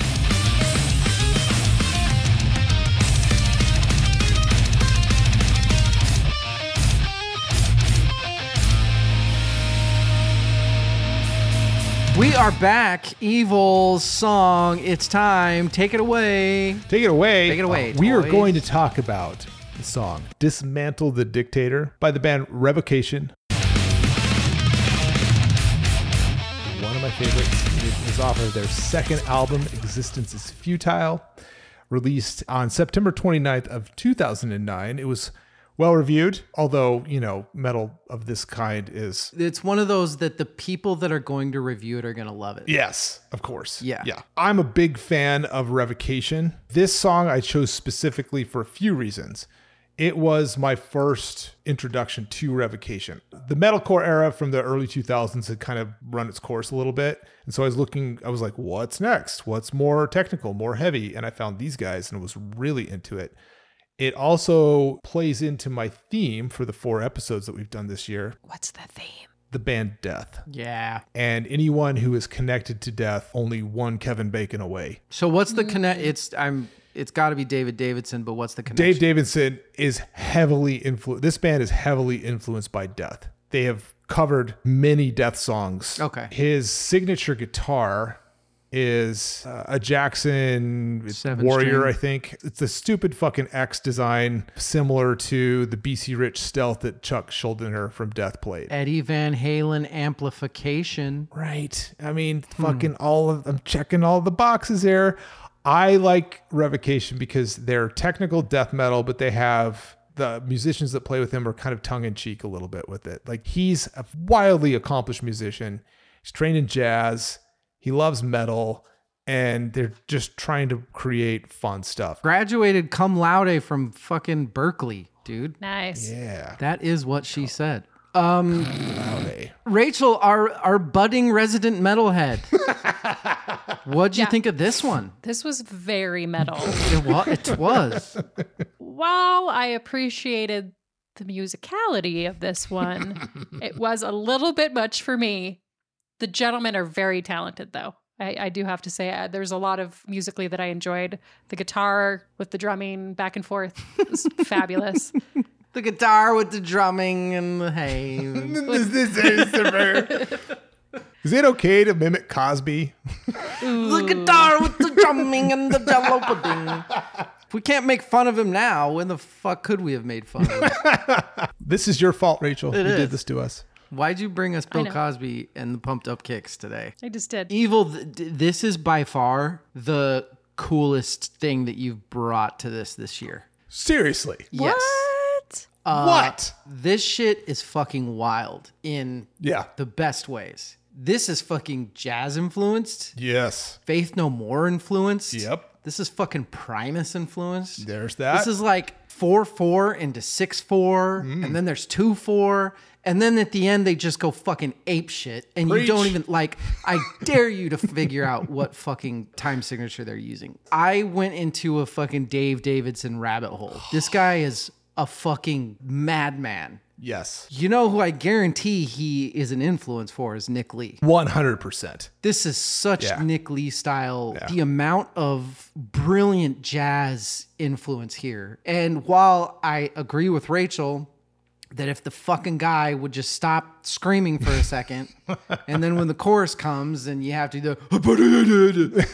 S1: We are back. Evil song. It's time. Take it away.
S3: Take it away.
S1: Take it away,
S3: we are
S1: toys.
S3: going to talk about the song Dismantle the Dictator by the band Revocation. One of my favorites. It is off of their second album, Existence is Futile, released on September 29th of 2009. It was well reviewed, although, you know, metal of this kind is
S1: It's one of those that the people that are going to review it are going to love it.
S3: Yes, of course.
S1: Yeah.
S3: Yeah. I'm a big fan of Revocation. This song I chose specifically for a few reasons. It was my first introduction to Revocation. The metalcore era from the early 2000s had kind of run its course a little bit. And so I was looking, I was like, what's next? What's more technical, more heavy? And I found these guys and was really into it. It also plays into my theme for the four episodes that we've done this year
S4: What's the theme?
S3: the band Death
S1: Yeah.
S3: and anyone who is connected to death only one Kevin Bacon away.
S1: So what's the connect? It's I'm. It's got to be David Davidson, but what's the connection?
S3: Dave Davidson is heavily influenced. This band is heavily influenced by death. They have covered many death songs.
S1: Okay.
S3: His signature guitar is uh, a Jackson it's
S1: Seven
S3: Warrior,
S1: string.
S3: I think. It's a stupid fucking X design similar to the BC Rich stealth that Chuck Schuldiner from Death played.
S1: Eddie Van Halen amplification.
S3: Right. I mean, fucking all of I'm checking all the boxes here. I like Revocation because they're technical death metal, but they have the musicians that play with him are kind of tongue in cheek a little bit with it. Like he's a wildly accomplished musician. He's trained in jazz. He loves metal, and they're just trying to create fun stuff.
S1: Graduated cum laude from fucking Berkeley, dude.
S4: Nice.
S3: Yeah.
S1: That is what she said. Um,
S3: Howdy.
S1: Rachel, our our budding resident metalhead. What'd you
S4: Yeah.
S1: think of this one?
S4: This was very metal.
S1: It was. It was.
S4: While I appreciated the musicality of this one, it was a little bit much for me. The gentlemen are very talented, though. I, I do have to say, uh, there's a lot of musically that I enjoyed. The guitar with the drumming back and forth was fabulous.
S1: the guitar with the drumming and the hay.
S3: This is- this is- Is it okay to mimic Cosby?
S1: the guitar with the drumming and the jello pudding. If we can't make fun of him now, when the fuck could we have made fun of him?
S3: This is your fault, Rachel. you
S1: is.
S3: did this to us.
S1: Why'd you bring us Bill
S4: know.
S1: Cosby and the pumped up kicks today?
S4: I just did.
S1: Evil, th- d- this is by far the coolest thing that you've brought to this this year.
S3: Seriously.
S1: Yes.
S4: What?
S3: what?
S1: This shit is fucking wild in
S3: Yeah.
S1: the best ways. This is fucking jazz influenced,
S3: Yes.
S1: Faith No More influenced.
S3: Yep.
S1: This is fucking Primus influenced.
S3: There's that.
S1: This is like four four into six four,
S3: Mm.
S1: and then there's two four, and then at the end they just go fucking ape shit, and you don't
S3: Preach.
S1: even like. I dare you to figure out what fucking time signature they're using. I went into a fucking Dave Davidson rabbit hole. This guy is a fucking madman.
S3: Yes.
S1: You know who I guarantee he is an influence for is Nick Lee.
S3: 100%.
S1: This is such
S3: Yeah.
S1: Nick Lee style.
S3: Yeah.
S1: The amount of brilliant jazz influence here. And while I agree with Rachel that if the fucking guy would just stop screaming for a second, and then when the chorus comes and you have to do the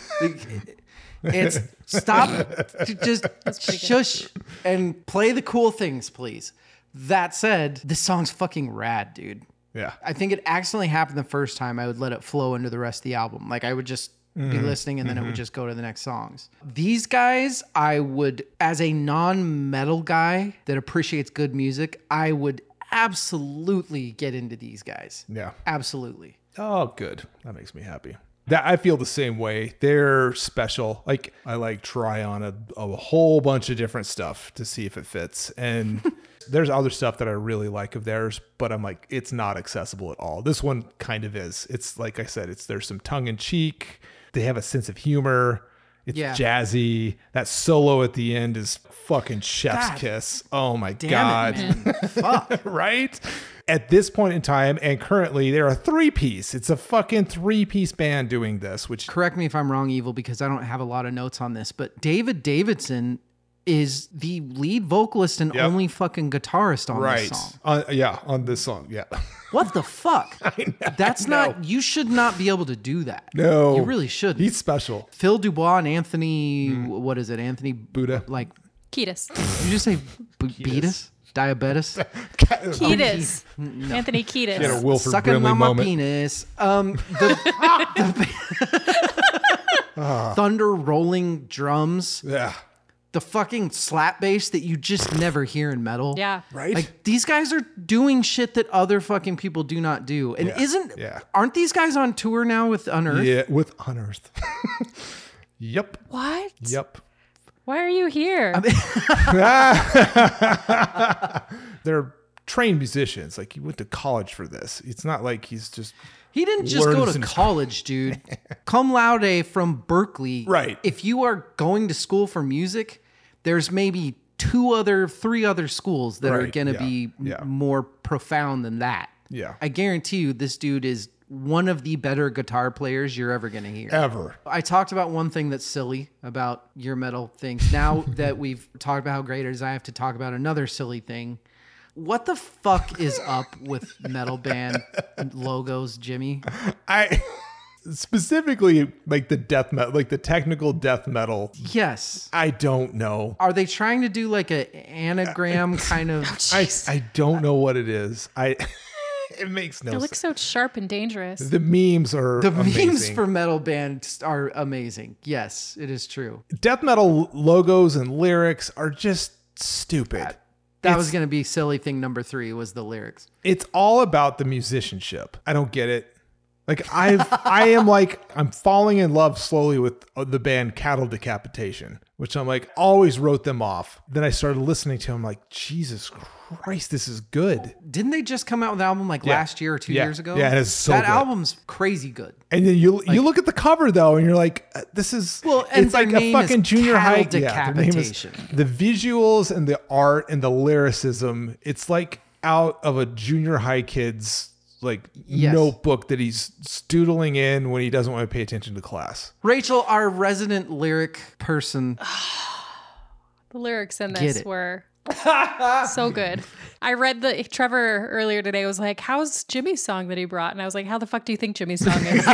S1: it's stop j- just shush and play the cool things, please. That said, this song's fucking rad, dude.
S3: Yeah.
S1: I think it accidentally happened the first time. I would let it flow into the rest of the album. Like I would just be
S3: Mm-hmm.
S1: listening and then it would just go to the next songs. These guys, I would, as a non metal guy that appreciates good music, I would absolutely get into these guys.
S3: Yeah.
S1: Absolutely.
S3: Oh, good. That makes me happy. That I feel the same way. They're special. Like I like try on a, a whole bunch of different stuff to see if it fits. And there's other stuff that I really like of theirs, but I'm like, it's not accessible at all. This one kind of is. It's like I said, it's there's some tongue in cheek. They have a sense of humor. It's
S1: Yeah.
S3: jazzy. That solo at the end is fucking chef's
S1: God
S3: kiss. Oh my
S1: Damn
S3: god.
S1: it, man. Fuck.
S3: right? At this point in time and currently, they're a three piece. It's a fucking three piece band doing this, which
S1: Correct me if I'm wrong, Evil, because I don't have a lot of notes on this, but David Davidson is the lead vocalist and
S3: Yep.
S1: only fucking guitarist on
S3: right,
S1: this song.
S3: Uh, yeah, on this song, yeah,
S1: What the fuck? That's not. You should not be able to do that.
S3: no,
S1: you really shouldn't.
S3: He's Mm. special,
S1: Phil Dubois and Anthony. What is it? Anthony
S3: Buddha.
S1: Like
S4: Ketis.
S1: did you just say b- betis? Diabetes?
S4: Ketis. Anthony Ketis.
S3: Get a Wilford
S1: Sucking
S3: Brimley
S1: on my
S3: moment.
S1: penis. Um, the,
S3: Ah.
S1: the- thunder rolling drums.
S3: Yeah,
S1: The fucking slap bass that you just never hear in metal.
S4: Yeah.
S3: right.
S1: Like these guys are doing shit that other fucking people do not do. And isn't
S3: yeah.
S1: aren't these guys on tour now with Unearth?
S3: yeah, with unearthed. yep,
S4: What?
S3: yep.
S4: Why are you here?
S3: They're trained musicians. Like he went to college for this. It's not like he's just
S1: He didn't just go
S3: Learns
S1: to
S3: and-
S1: college, dude. Cum laude from Berkeley.
S3: Right.
S1: If you are going to school for music, there's maybe two other, three other schools that are
S3: Right,
S1: going to
S3: yeah,
S1: be m-
S3: yeah.
S1: more profound than that.
S3: Yeah.
S1: I guarantee you, this dude is one of the better guitar players you're ever going to hear.
S3: ever.
S1: I talked about one thing that's silly about your metal things. Now that we've talked about how great it is, I have to talk about another silly thing. What the fuck is up with metal band logos, Jimmy?
S3: I specifically like the death metal, like the technical death metal.
S1: Yes.
S3: I don't know.
S1: Are they trying to do like a anagram kind of?
S3: I, I don't know what it is. I it makes no
S4: It
S3: sense.
S4: looks so sharp and dangerous.
S3: The memes are
S1: The memes
S3: amazing.
S1: for metal bands are amazing. Yes, it is true.
S3: death metal logos and lyrics are just stupid.
S1: That was going to be silly thing number three was the lyrics.
S3: It's all about the musicianship. I don't get it. Like I've I am like I'm falling in love slowly with uh, the band Cattle Decapitation, which I'm like always wrote them off. Then I started listening to them like Jesus Christ, this is good.
S1: Didn't they just come out with an album like last year or two
S3: Yeah.
S1: years ago?
S3: Yeah, it is so
S1: That
S3: good.
S1: album's crazy good.
S3: And then you you look at the cover though, and you're like, uh, this is
S1: Well, and
S3: it's
S1: their
S3: like
S1: name
S3: a fucking
S1: is
S3: junior high
S1: Cattle
S3: yeah, their name is-
S1: Decapitation.
S3: the visuals and the art and the lyricism, it's like out of a junior high kid's like
S1: Yes.
S3: notebook that he's doodling in when he doesn't want to pay attention to class.
S1: Rachel, our resident lyric person,
S4: The lyrics in
S1: Get
S4: this
S1: it.
S4: were so good. I read the Trevor earlier today was like, "How's Jimmy's song that he brought?" And I was like, "How the fuck do you think Jimmy's song is?"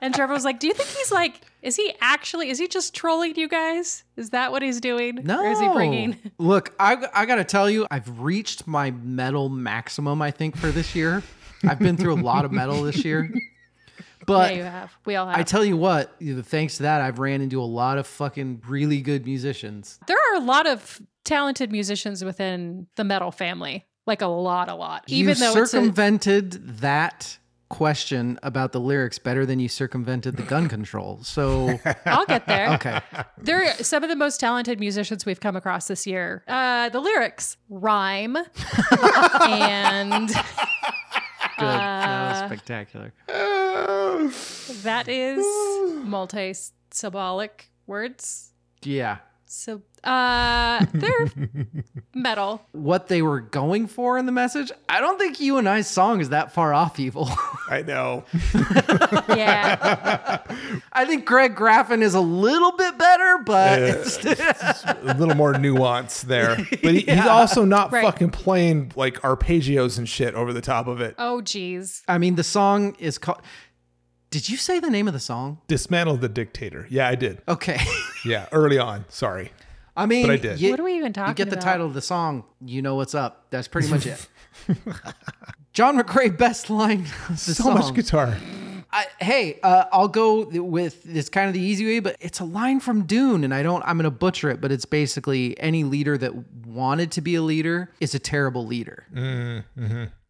S4: and Trevor was like, "Do you think he's like, is he actually? Is he just trolling you guys? Is that what he's doing?
S1: No.
S4: or is he bringing?"
S1: Look, I, I got to tell you, I've reached my metal maximum, I think, for this year. I've been through a lot of metal this year.
S4: yeah,
S1: But
S4: you have. We all have.
S1: I tell you what, you know, thanks to that, I've ran into a lot of fucking really good musicians.
S4: there are a lot of talented musicians within the metal family. Like a lot, a lot.
S1: you
S4: Even though it's a,
S1: circumvented that question about the lyrics better than you circumvented the gun control. So,
S4: I'll get there.
S1: okay.
S4: There are some of the most talented musicians we've come across this year. Uh, the lyrics rhyme and
S1: Good.
S4: Uh.
S1: that was spectacular.
S4: that is multi-symbolic words.
S1: Yeah.
S4: So uh, they're metal.
S1: What they were going for in the message, I don't think you and I's song is that far off evil.
S3: I know.
S4: Yeah.
S1: I think Greg Graffin is a little bit better, but it's-
S3: a little more nuance there. But he, he's also not
S4: Right.
S3: fucking playing like arpeggios and shit over the top of it.
S4: Oh, geez.
S1: I mean, the song is called. Did you say the name of the song?
S3: Dismantle the dictator. Yeah, I did.
S1: Okay.
S3: Yeah, early on. Sorry.
S1: I mean,
S3: I did.
S1: You,
S4: What are we even talking
S1: you
S4: about?
S1: get the title of the song, you know what's up. That's pretty much it. John McRae, best line of the
S3: So
S1: song.
S3: much guitar.
S1: I, hey, uh, I'll go with it's kind of the easy way, but it's a line from Dune, and I don't. I'm gonna butcher it, but it's basically any leader that wanted to be a leader is a terrible leader.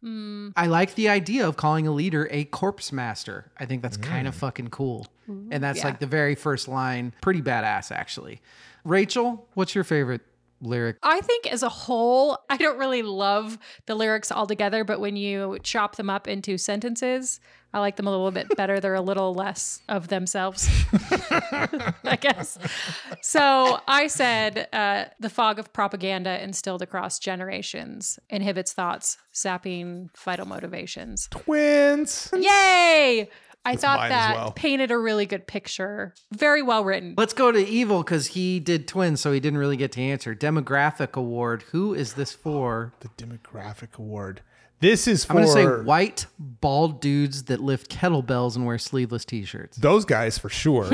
S1: I like the idea of calling a leader a corpse master. I think that's kind of fucking cool, and that's like the very first line. Pretty badass, actually. Rachel, what's your favorite lyric?
S4: I think as a whole, I don't really love the lyrics altogether, but when you chop them up into sentences, I like them a little bit better. They're a little less of themselves, I guess. So I said, uh, the fog of propaganda instilled across generations inhibits thoughts, sapping vital motivations.
S3: Twins.
S4: Yay! I thought
S3: mine as
S4: that
S3: well.
S4: painted a really good picture. Very well written.
S1: Let's go to evil because he did twins, so he didn't really get to answer. Demographic award. Who is this for?
S3: The demographic award. This is for
S1: I'm gonna say white bald dudes that lift kettlebells and wear sleeveless t-shirts.
S3: those guys for sure.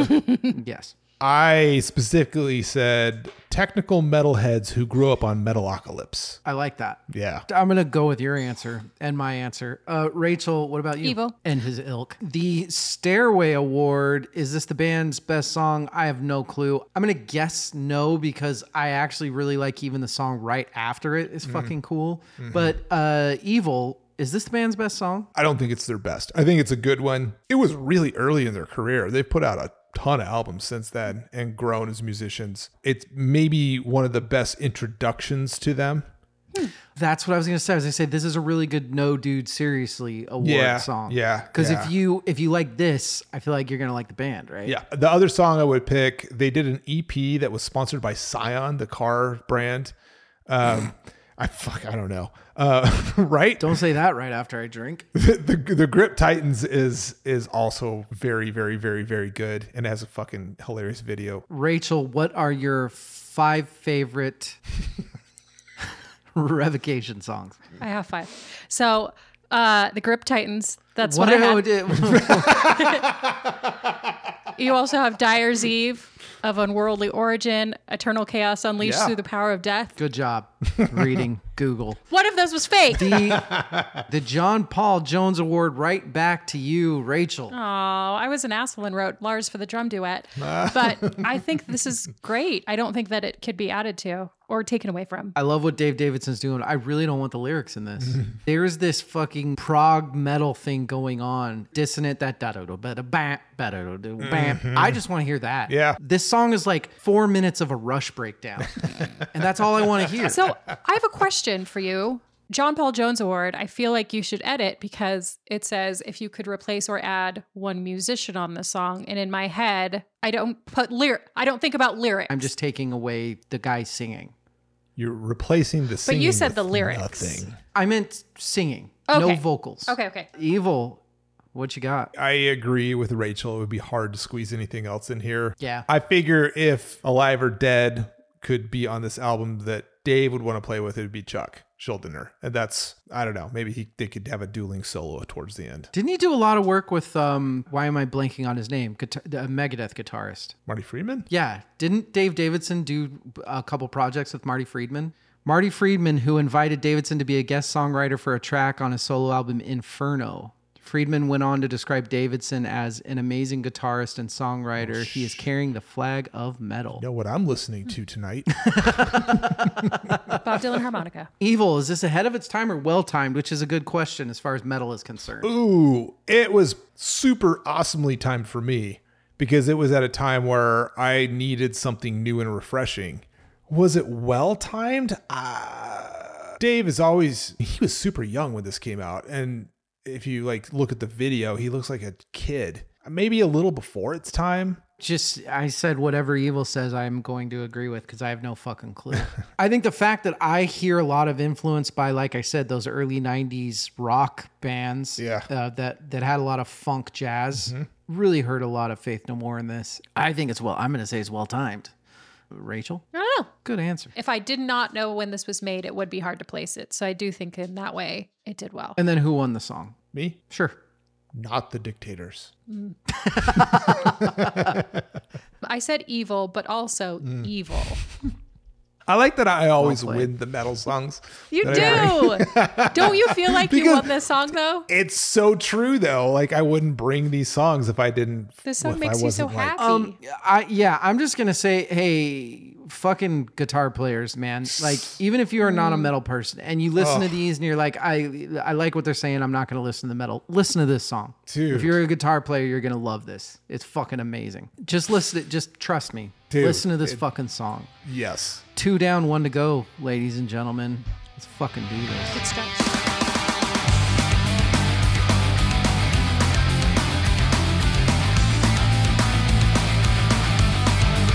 S1: Yes.
S3: I specifically said technical metalheads who grew up on Metalocalypse.
S1: I like that.
S3: Yeah.
S1: I'm gonna go with your answer and my answer. Uh, Rachel, what about you?
S4: Evil.
S1: and his ilk. The Stairway Award is this the band's best song? I have no clue. I'm gonna guess no because I actually really like even the song right after it is fucking cool. But uh, Evil is this the band's best song?
S3: I don't think it's their best. I think it's a good one. It was really early in their career. They've put out a ton of albums since then and grown as musicians. It's maybe one of the best introductions to them.
S1: That's what I was gonna say. I was gonna say this is a really good no dude seriously award
S3: Yeah,
S1: song.
S3: yeah,
S1: Because
S3: yeah.
S1: if you if you like this, I feel like you're gonna like the band, right?
S3: Yeah. The other song I would pick, they did an EP that was sponsored by Scion, the car brand. Um, I fuck, I don't know. Uh, right?
S1: Don't say that right after I drink.
S3: the, the the grip titans is is also very very very very good and has a fucking hilarious video
S1: Rachel, what are your five favorite revocation songs?
S4: I have five. So uh the Grip Titans. That's what,
S1: What
S4: I had.
S1: did,
S4: You also have Dyer's Eve of unworldly origin, eternal chaos unleashed
S3: Yeah.
S4: through the power of death.
S1: good job reading Google.
S4: One of those was fake. Oh,
S1: The, the John Paul Jones Award, right back to you, Rachel.
S4: I was an asshole and wrote Lars for the drum duet. But I think this is great. I don't think that it could be added to or taken away from.
S1: I love what Dave Davidson's doing. I really don't want the lyrics in this. There's this fucking prog metal thing going on, dissonant that da da da ba da ba da da da bam. I just want to hear that.
S3: Yeah.
S1: This song is like four minutes of a rush breakdown, and that's all I want to hear.
S4: So I have a question for you. John Paul Jones Award, I feel like you should edit because it says if you could replace or add one musician on the song. And in my head, I don't put lyric I don't think about lyrics.
S1: I'm just taking away the guy singing.
S3: you're replacing the singing
S4: said
S3: with
S4: the lyrics.
S3: nothing.
S1: I meant singing, no
S4: Okay.
S1: vocals.
S4: Okay, okay.
S1: Evil, what you got?
S3: i agree with rachel it would be hard to squeeze anything else in here
S1: Yeah.
S3: i figure if alive or dead could be on this album that Dave would want to play with, it would be Chuck Schuldiner. And that's, I don't know, maybe he, they could have a dueling solo towards the end.
S1: Didn't he do a lot of work with um? Why am I blanking on his name? Guitar- the Megadeth guitarist.
S3: Marty Freeman?
S1: Yeah, didn't Dave Davidson do a couple projects with Marty Friedman? Marty Friedman, who invited Davidson to be a guest songwriter for a track on his solo album Inferno. Friedman went on to describe Davidson as an amazing guitarist and songwriter. he is carrying the flag of metal.
S3: Know what I'm listening to tonight?
S4: Bob Dylan harmonica.
S1: Evil, is this ahead of its time or well timed? Which is a good question as far as metal is concerned.
S3: Ooh, it was super awesomely timed for me because it was at a time where I needed something new and refreshing. Was it well timed? Uh, Dave is always, he was super young when this came out. And if you like look at the video, he looks like a kid, maybe a little before its time.
S1: just I said whatever evil says I'm going to agree with because I have no fucking clue. I think the fact that I hear a lot of influence by like I said those early 90s rock bands
S3: Yeah.
S1: uh, that that had a lot of funk jazz really heard a lot of Faith No More in this. I think it's well I'm going to say it's well timed. Rachel,
S4: I don't know.
S1: good answer.
S4: If I did not know when this was made, it would be hard to place it. So I do think in that way it did well.
S1: And then who won the song?
S3: Me?
S1: Sure.
S3: Not the dictators.
S4: I said evil, but also
S3: Mm.
S4: evil.
S3: I like that I always
S1: played.
S3: win the metal songs.
S4: You
S3: that I bring.
S4: do. Don't you feel like you
S3: Because-
S4: won this song though?
S3: It's so true though. Like I wouldn't bring these songs if I didn't.
S4: This song
S3: if I
S4: makes you so
S3: wasn't, like,
S4: happy.
S1: Um, I yeah, I'm just gonna say, hey, fucking guitar players, man. Like, even if you are
S3: Mm.
S1: not a metal person and you listen to these and you're like, I I like what they're saying, I'm not gonna listen to metal. Listen to this song.
S3: Dude.
S1: If you're a guitar player, you're gonna love this. It's fucking amazing. Just listen to just trust me.
S3: Dude,
S1: listen to this
S3: it-
S1: fucking song.
S3: Yes.
S1: Two down, one to go, ladies and gentlemen. Let's fucking do this.
S4: Good stretch.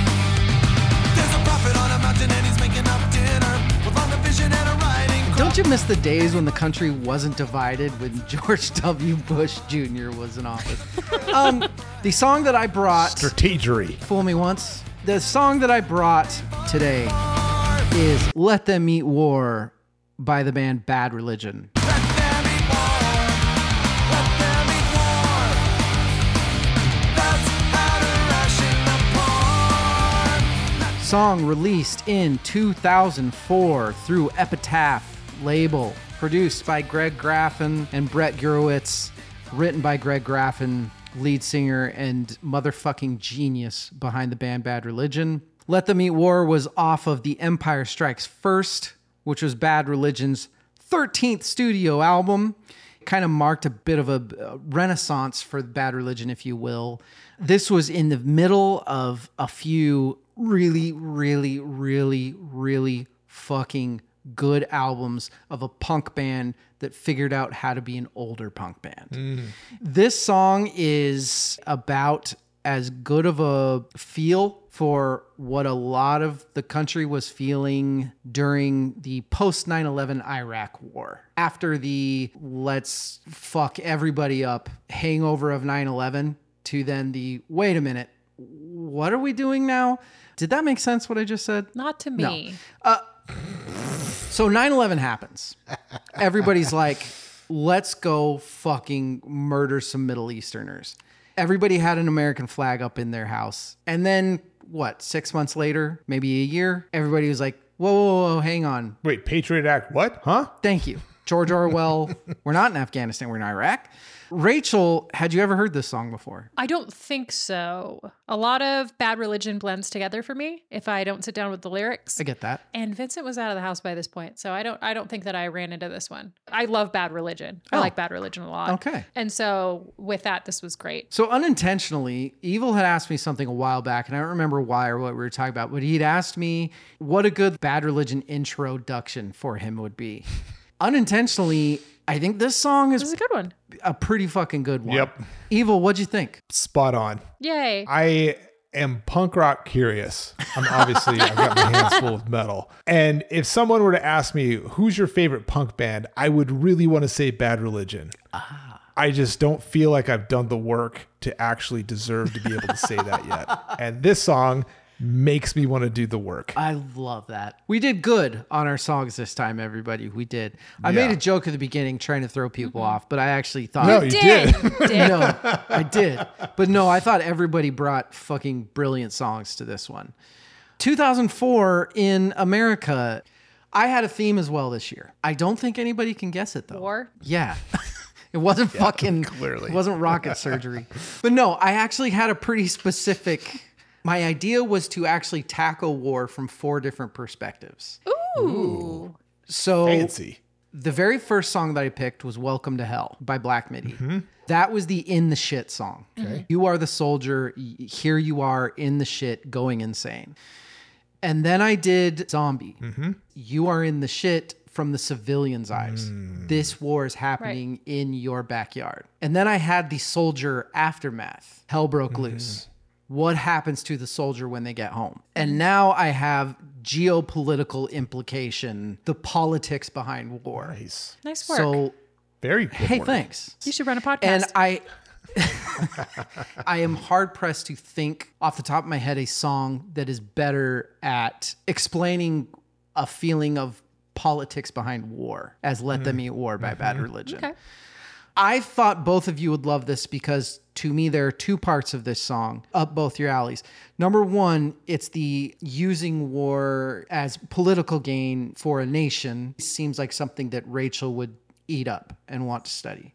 S2: There's a prophet on a mountain and he's making up dinner with on the vision and a riding crop.
S1: Don't you miss the days when the country wasn't divided when George W. Bush Jr. was in office? um, the song that I brought,
S3: Strategery.
S1: Fool Me Once, the song that I brought today is Let Them Eat War by the band Bad Religion.
S2: Let them eat war. Let them eat war. That's how to ration the poor.
S1: Song released in 2004 through Epitaph label, produced by Greg Graffin and Brett Gurewitz, written by Greg Graffin, lead singer and motherfucking genius behind the band Bad Religion. Let Them Eat War was off of The Empire Strikes First, which was Bad Religion's 13th studio album kind of marked a bit of a uh, renaissance for bad religion if you will this was in the middle of a few really really really really fucking good albums of a punk band that figured out how to be an older punk band this song is about as good of a feel for what a lot of the country was feeling during the post 9 11 Iraq war. After the let's fuck everybody up hangover of 9 11, to then the wait a minute, what are we doing now? Did that make sense what I just said?
S4: Not to me.
S1: So 9 11 happens. Everybody's like, let's go fucking murder some Middle Easterners. Everybody had an American flag up in their house. And then, what, six months later, maybe a year, everybody was like, whoa, whoa, whoa, hang on.
S3: Wait, Patriot Act. What? Huh?
S1: Thank you. George Orwell, we're not in Afghanistan, we're in Iraq. Rachel, had you ever heard this song before?
S4: I don't think so. A lot of bad religion blends together for me if I don't sit down with the lyrics.
S1: I get that.
S4: And Vincent was out of the house by this point, so I don't I don't think that I ran into this one. I love Bad Religion. I
S1: Oh.
S4: like Bad Religion a lot.
S1: Okay.
S4: And so with that this was great.
S1: So unintentionally, Evil had asked me something a while back, and I don't remember why or what we were talking about, but he'd asked me what a good bad religion introduction for him would be. unintentionally, I think this song
S4: This
S1: is
S4: is a good one.
S1: a pretty fucking good one.
S3: Yep.
S1: Evil, what'd you think?
S3: Spot on.
S4: Yay.
S3: I am punk rock curious. I'm obviously I've got my hands full of metal. And if someone were to ask me who's your favorite punk band, I would really want to say Bad Religion.
S1: Ah.
S3: I just don't feel like I've done the work to actually deserve to be able to say that yet. And this song makes me want to do the work.
S1: I love that. We did good on our songs this time, everybody. We did. I
S3: Yeah.
S1: made a joke at the beginning trying to throw people off, but I actually thought
S3: No, you did.
S4: did.
S1: no, I did. But no, I thought everybody brought fucking brilliant songs to this one. 2004 in America, I had a theme as well this year. I don't think anybody can guess it though.
S4: War?
S1: Yeah. It wasn't fucking
S3: clearly.
S1: It wasn't rocket surgery. But no, I actually had a pretty specific my idea was to actually tackle war from four different perspectives.
S4: Ooh.
S1: So
S3: Fancy.
S1: the very first song that I picked was Welcome to Hell by Black Midi. That was the in the shit song. You are the soldier. y- Here you are in the shit, going insane. And then I did Zombie. You are in the shit from the civilian's eyes. This war is happening in your backyard. And then I had the soldier aftermath. Hell broke loose. What happens to the soldier when they get home? And now I have geopolitical implication, the politics behind war.
S3: Nice.
S4: Nice work.
S1: So,
S3: Very good
S1: hey,
S3: work.
S1: thanks.
S4: you should run a podcast.
S1: And I I am hard pressed to think off the top of my head a song that is better at explaining a feeling of politics behind war as Let Them Eat War by Bad Religion.
S4: Okay.
S1: I thought both of you would love this because to me there are two parts of this song up both your alleys. Number one, it's the using war as political gain for a nation seems like something that Rachel would eat up and want to study.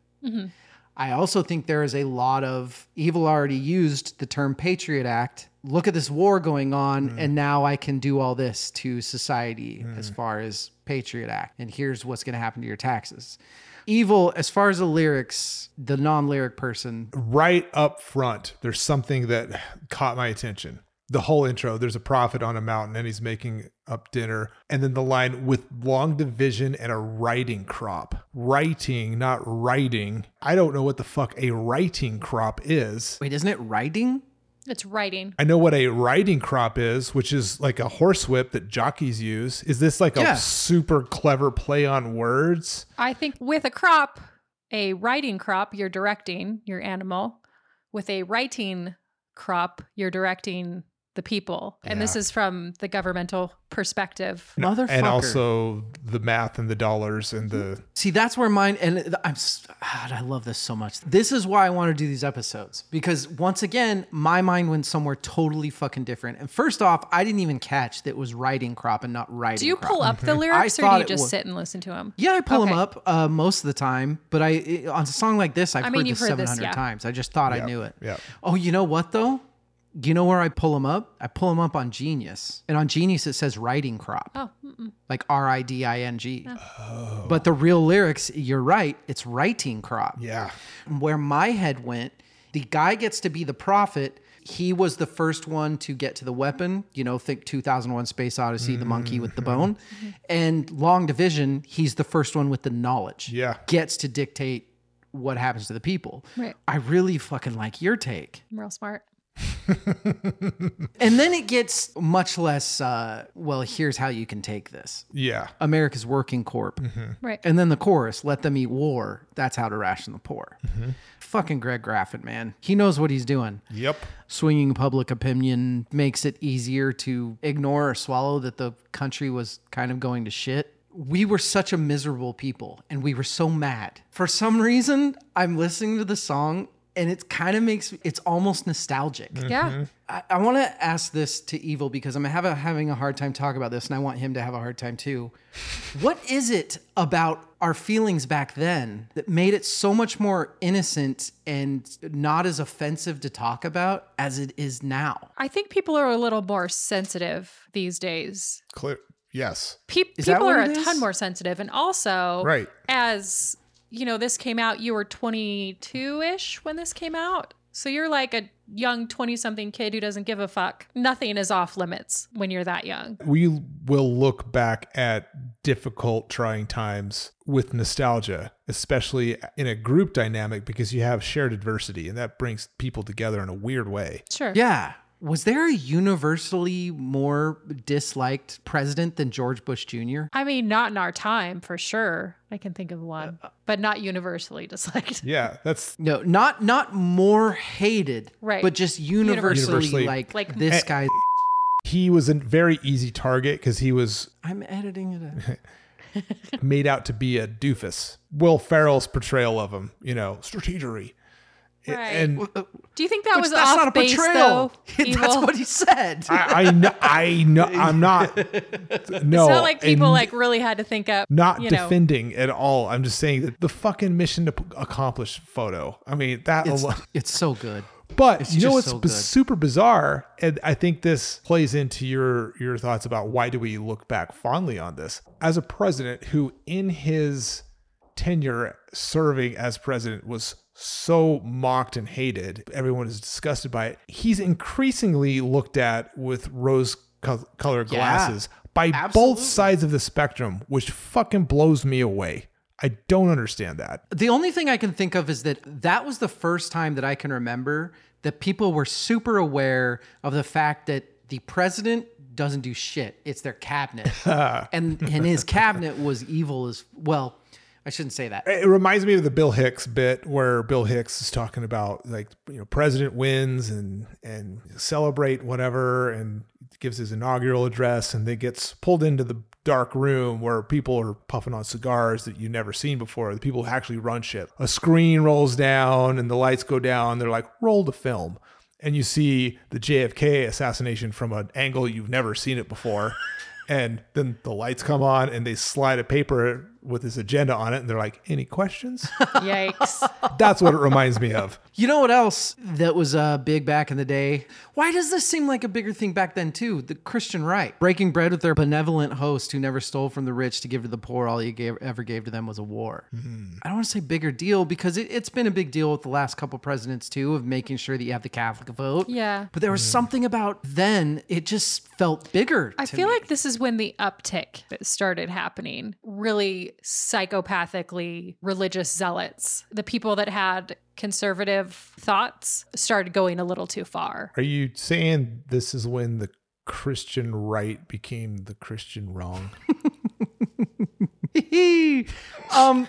S1: I also think there is a lot of evil already used the term Patriot Act. Look at this war going on,
S3: Mm.
S1: and now I can do all this to society as far as Patriot Act. And here's what's going to happen to your taxes. Evil, as far as the lyrics, the non lyric person,
S3: right up front, there's something that caught my attention. The whole intro, there's a prophet on a mountain and he's making up dinner. And then the line with long division and a writing crop. Writing, not writing. I don't know what the fuck a writing crop is.
S1: wait, isn't it riding?
S4: it's writing.
S3: I know what a riding crop is, which is like a horsewhip that jockeys use. Is this like
S1: Yeah.
S3: a super clever play on words?
S4: I think with a crop, a writing crop, you're directing your animal. With a writing crop, you're directing the people. And this
S3: Yeah.
S4: is from the governmental perspective.
S1: Motherfucker.
S3: And also the math and the dollars and the
S1: See, that's where mine and th- I'm. s- God, I love this so much. This is why I want to do these episodes because once again, my mind went somewhere totally fucking different. And first off, I didn't even catch that it was writing crop and not writing.
S4: Do you
S1: crop.
S4: pull up the lyrics or
S1: thought
S4: do you
S1: it
S4: just
S1: was-
S4: sit and listen to them?
S1: Yeah, I pull them
S4: Okay.
S1: up uh, most of the time, but I i- on a song like this, I've
S4: I mean,
S1: heard
S4: you've
S1: this
S4: heard this,
S1: 700
S4: yeah.
S1: times. I just thought I knew it.
S3: yeah.
S1: Oh, you know what though? You know where I pull them up? I pull them up on Genius, and on Genius it says writing crop.
S4: Oh, mm-mm. Oh.
S1: like R I D I N G. But the real lyrics, you're right, it's writing crop.
S3: yeah.
S1: Where my head went, the guy gets to be the prophet. He was the first one to get to the weapon, you know, think 2001 Space Odyssey, the monkey with the bone. And long division, he's the first one with the knowledge.
S3: Yeah.
S1: Gets to dictate what happens to the people.
S4: Right.
S1: I really fucking like your take.
S4: I'm real smart.
S1: And then it gets much less, uh, well, here's how you can take this.
S3: Yeah.
S1: America's Working Corp.
S4: Right.
S1: And then the chorus, let them eat war. That's how to ration the poor. Fucking Greg Graffin, man. He knows what he's doing.
S3: Yep.
S1: Swinging public opinion makes it easier to ignore or swallow that the country was kind of going to shit. We were such a miserable people and we were so mad. For some reason, I'm listening to the song and it kind of makes it's almost nostalgic.
S4: Yeah.
S1: I, I want to ask this to Evil because I'm have a, having a hard time talking about this, and I want him to have a hard time too. what is it about our feelings back then that made it so much more innocent and not as offensive to talk about as it is now?
S4: I think people are a little more sensitive these days.
S3: Clear. Yes.
S4: Pe-
S1: Is that
S4: people
S1: what
S4: are a
S1: it is?
S4: ton more sensitive. And also,
S3: Right.
S4: as you know, this came out, you were 22 ish when this came out. So you're like a young 20 something kid who doesn't give a fuck. Nothing is off limits when you're that young.
S3: We will look back at difficult, trying times with nostalgia, especially in a group dynamic because you have shared adversity and that brings people together in a weird way.
S4: Sure.
S1: Yeah. Was there a universally more disliked president than George Bush Jr.?
S4: I mean, not in our time for sure. I can think of one,
S1: Uh,
S4: but not universally disliked.
S3: Yeah. That's
S1: No, not not more hated,
S4: Right.
S1: But just universally,
S3: Universally.
S1: like,
S4: Like-
S1: this
S3: Eh.
S1: guy.
S3: He was a very easy target because he was
S1: I'm editing it out.
S3: made out to be a doofus. Will Ferrell's portrayal of him, you know, strategery.
S4: Right.
S3: And
S4: Do you think that was
S1: That's
S4: off
S1: not a
S4: base,
S1: portrayal.
S4: though?
S1: That's
S4: Evil.
S1: what he said.
S3: I, I know, I know, I'm not. No,
S4: it's not like people
S3: and
S4: like really had to think up.
S3: not
S4: you know,
S3: defending at all. I'm just saying that the fucking mission to p- accomplish photo. I mean that.
S1: It's,
S3: alone.
S1: it's so good.
S3: But you know
S1: just
S3: what's
S1: so
S3: b-
S1: good.
S3: super bizarre, and I think this plays into your your thoughts about why do we look back fondly on this as a president who, in his tenure serving as president, was so mocked and hated. Everyone is disgusted by it. He's increasingly looked at with rose co- colored
S1: Yeah.
S3: glasses by
S1: Absolutely.
S3: both sides of the spectrum, which fucking blows me away. I don't understand that.
S1: The only thing I can think of is that that was the first time that I can remember that people were super aware of the fact that the president doesn't do shit. It's their cabinet. and and his cabinet was evil as well. I shouldn't say that.
S3: it reminds me of the Bill Hicks bit where Bill Hicks is talking about like you know president wins and and celebrate whatever and gives his inaugural address and then gets pulled into the dark room where people are puffing on cigars that you've never seen before the people who actually run shit a screen rolls down and the lights go down they're like roll the film and you see the JFK assassination from an angle you've never seen it before. And then the lights come on and they slide a paper with his agenda on it. And they're like, any questions?
S4: Yikes!
S3: That's what it reminds me of.
S1: You know what else that was uh, big back in the day? Why does this seem like a bigger thing back then, too? The Christian right. Breaking bread with their benevolent host who never stole from the rich to give to the poor. All you gave, ever gave to them was a war. I don't want to say bigger deal because it, it's been a big deal with the last couple presidents, too, of making sure that you have the Catholic vote.
S4: Yeah.
S1: But there was something about then, it just felt bigger.
S4: I feel like this is when the uptick that started happening. Really psychopathically religious zealots, the people that had conservative thoughts, started going a little too far.
S3: Are you saying this is when the Christian right became the Christian wrong?
S1: like. um,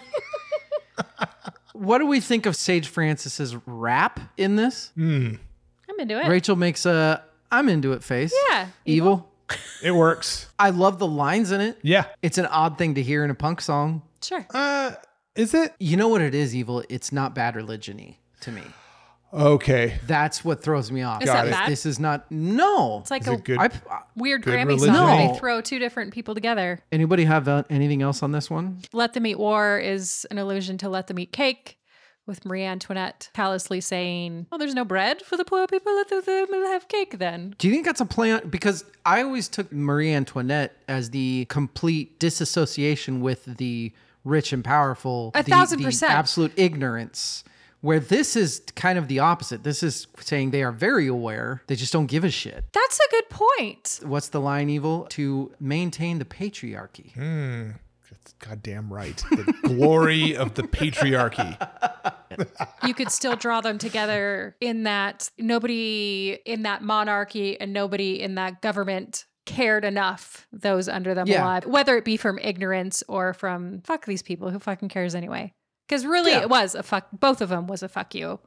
S1: what do we think of Sage Francis's rap in this?
S4: I'm into it.
S1: Rachel makes a I'm into it face.
S4: Yeah.
S1: Evil.
S3: It works.
S1: I love the lines in it.
S3: Yeah.
S1: It's an odd thing to hear in a punk song.
S4: Sure.
S3: Uh, is it?
S1: You know what it is, evil? It's not bad religion-y to me.
S3: Okay.
S1: That's what throws me off.
S4: Is that
S1: Is
S4: bad?
S1: This is not no.
S4: It's like
S3: Is
S4: a
S3: it good?
S1: I, uh,
S4: weird
S3: good
S4: Grammy
S3: religion?
S4: song where
S1: No.
S4: they throw two different people together.
S1: anybody have uh, anything else on this one?
S4: Let Them Eat War is an allusion to Let Them Eat Cake, with Marie Antoinette callously saying, Oh, there's no bread for the poor people. Let them- them have cake then.
S1: Do you think that's a play on? Because I always took Marie Antoinette as the complete disassociation with the rich and powerful,
S4: A
S1: the-
S4: thousand
S1: the
S4: percent.
S1: absolute ignorance. Where this is kind of the opposite. This is saying they are very aware, they just don't give a shit.
S4: That's a good point.
S1: What's the line evil? To maintain the patriarchy.
S3: Hmm. That's goddamn right. The glory of the patriarchy.
S4: You could still draw them together in that nobody in that monarchy and nobody in that government cared enough those under them
S1: Yeah.
S4: alive, whether it be from ignorance or from fuck these people who fucking cares anyway. Because really,
S1: Yeah.
S4: it was a fuck. Both of them was a fuck you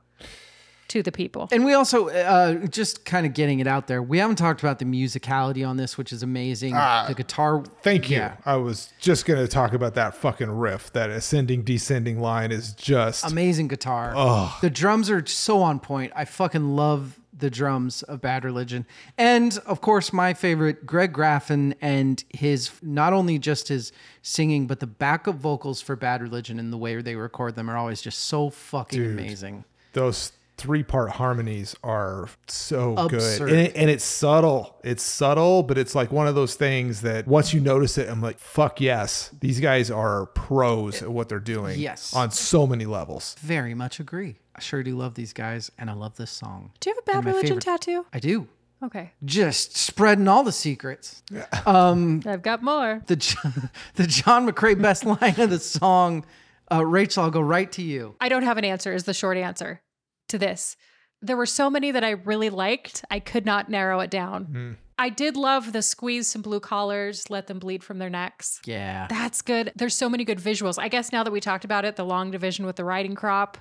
S4: to the people.
S1: And we also, uh, just kind of getting it out there, we haven't talked about the musicality on this, which is amazing. the guitar.
S3: Ah, Thank you.
S1: Yeah.
S3: I was just going to talk about that fucking riff. That ascending descending line is just
S1: Amazing guitar. The drums are so on point. I fucking love the drums of Bad Religion. And of course, my favorite, Greg Graffin and his, not only just his singing, but the backup vocals for Bad Religion and the way they record them are always just so fucking amazing.
S3: those three part harmonies are so
S1: Absurd.
S3: good. And, it, and it's subtle. It's subtle, but it's like one of those things that once you notice it, I'm like, fuck yes. These guys are pros at what they're doing.
S1: Yes.
S3: On so many levels.
S1: Very much agree. I sure do love these guys, and I love this song.
S4: Do you have a bad
S1: my
S4: religion
S1: favorite-
S4: tattoo?
S1: I do.
S4: Okay.
S1: Just spreading all the secrets. Mm.
S4: I've got more.
S1: The John, the John McCrae best line of the song, uh, Rachel, I'll go right to you.
S4: I don't have an answer, is the short answer to this. There were so many that I really liked, I could not narrow it down. I did love the squeeze some blue collars, let them bleed from their necks.
S1: Yeah.
S4: That's good. There's so many good visuals. I guess now that we talked about it, the long division with the riding crop.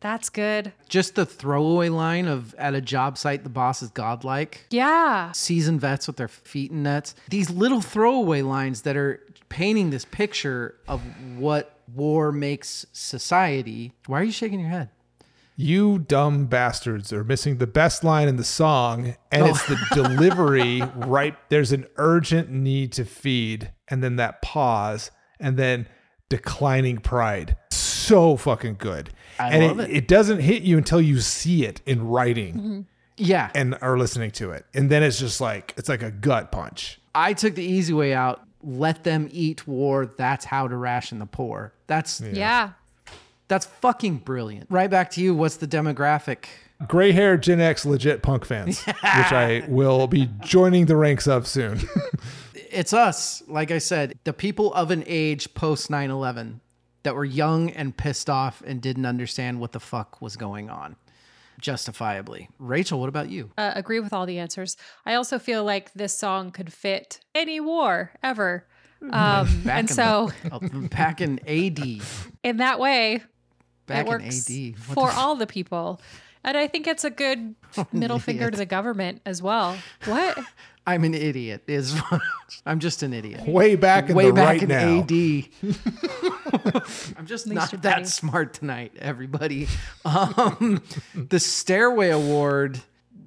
S4: That's good.
S1: Just the throwaway line of at a job site, the boss is godlike.
S4: Yeah.
S1: Seasoned vets with their feet in nets. These little throwaway lines that are painting this picture of what war makes society. Why are you shaking your head?
S3: You dumb bastards are missing the best line in the song, and it's the delivery right there's an urgent need to feed, and then that pause, and then declining pride. So fucking good.
S1: I
S3: and
S1: love it. Mm-hmm.
S3: doesn't hit you until you see it in writing
S1: Yeah.
S3: and are listening to it. And then it's just like it's like a gut punch.
S1: I took the easy way out. Let them eat war. That's how to ration the poor. That's
S4: Yeah.
S1: that's fucking brilliant. Right back to you. What's the demographic?
S3: Gray hair Gen X legit punk fans, which I will be joining the ranks of soon.
S1: It's us. Like I said, the people of an age post 9/11 that were young and pissed off and didn't understand what the fuck was going on. Justifiably. Rachel, what about you?
S4: Uh, agree with all the answers. I also feel like this song could fit any war ever. Um,
S1: Back
S4: and
S1: in
S4: so,
S1: the- Oh, back in AD.
S4: in that way,
S1: Back
S4: it
S1: in
S4: works
S1: AD. What
S4: for
S1: the Oh,
S4: all the people. And I think it's a good middle finger to the government as well. What?
S1: I'm an idiot. Is I'm just an idiot.
S3: Way back in
S1: Way
S3: the
S1: back
S3: right
S1: in
S3: now.
S1: AD. I'm just not
S4: you're
S1: that
S4: funny.
S1: smart tonight, everybody. Um, the Stairway Award,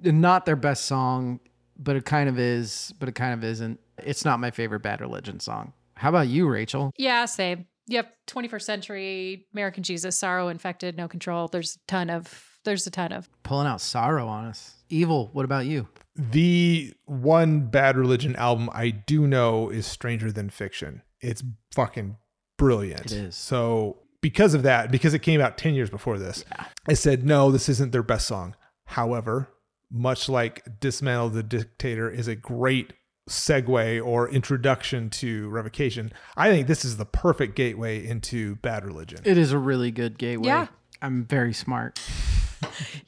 S1: not their best song, but it kind of is, but it kind of isn't. It's not my favorite Bad Religion song. How about you, Rachel?
S4: Yeah, same. Yep. 21st century American Jesus, sorrow infected, no control. There's a ton of, there's a ton of.
S1: Pulling out sorrow on us. Evil, what about you?
S3: the one bad religion album I do know is Stranger Than Fiction. It's fucking brilliant. It
S1: is.
S3: So because of that, because it came out 10 years before this, I said, no, this isn't their best song. However, much like Dismantle the Dictator is a great segue or introduction to revocation, I think this is the perfect gateway into bad religion.
S1: It is a really good gateway.
S4: Yeah.
S1: I'm very smart.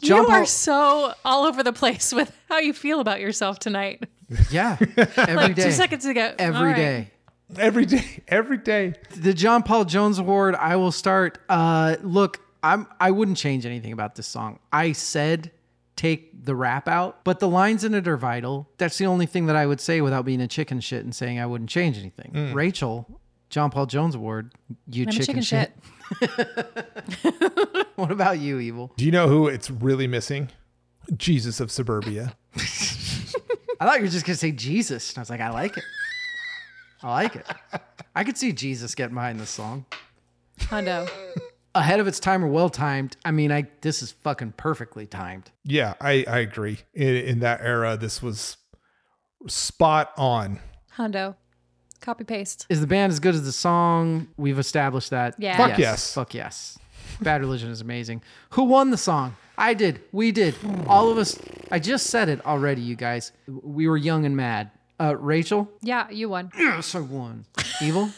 S4: you are
S1: out-
S4: so all over the place with how you feel about yourself tonight.
S1: Yeah. every
S4: Like
S1: day.
S4: two seconds ago. All
S1: Every
S4: right.
S1: day.
S3: every day, every day.
S1: the John Paul Jones Award, I will start. Uh, look, I'm I wouldn't change anything about this song. I said take the rap out, but the lines in it are vital. That's the only thing that I would say without being a chicken shit and saying I wouldn't change anything. Rachel, John Paul Jones Award, you
S4: I'm a
S1: chicken,
S4: chicken
S1: shit.
S4: shit.
S1: What about you, Evil?
S3: Do you know who it's really missing? Jesus of Suburbia.
S1: I thought you were just gonna say Jesus, and I was like, I like it. I like it. I could see Jesus getting behind this song.
S4: Hondo.
S1: Ahead of its time or well timed. I mean, I this is fucking perfectly timed.
S3: Yeah, I, I agree. In, in that era, this was spot on.
S4: Hondo. Copy paste.
S1: Is the band as good as the song? We've established that.
S4: Yeah. Fuck
S3: yes.
S1: Fuck yes. Bad Religion is amazing. Who won the song? I did. We did. All of us. I just said it already, you guys. We were young and mad. Uh, Rachel?
S4: Yeah, you won.
S1: Yes, I won. Evil?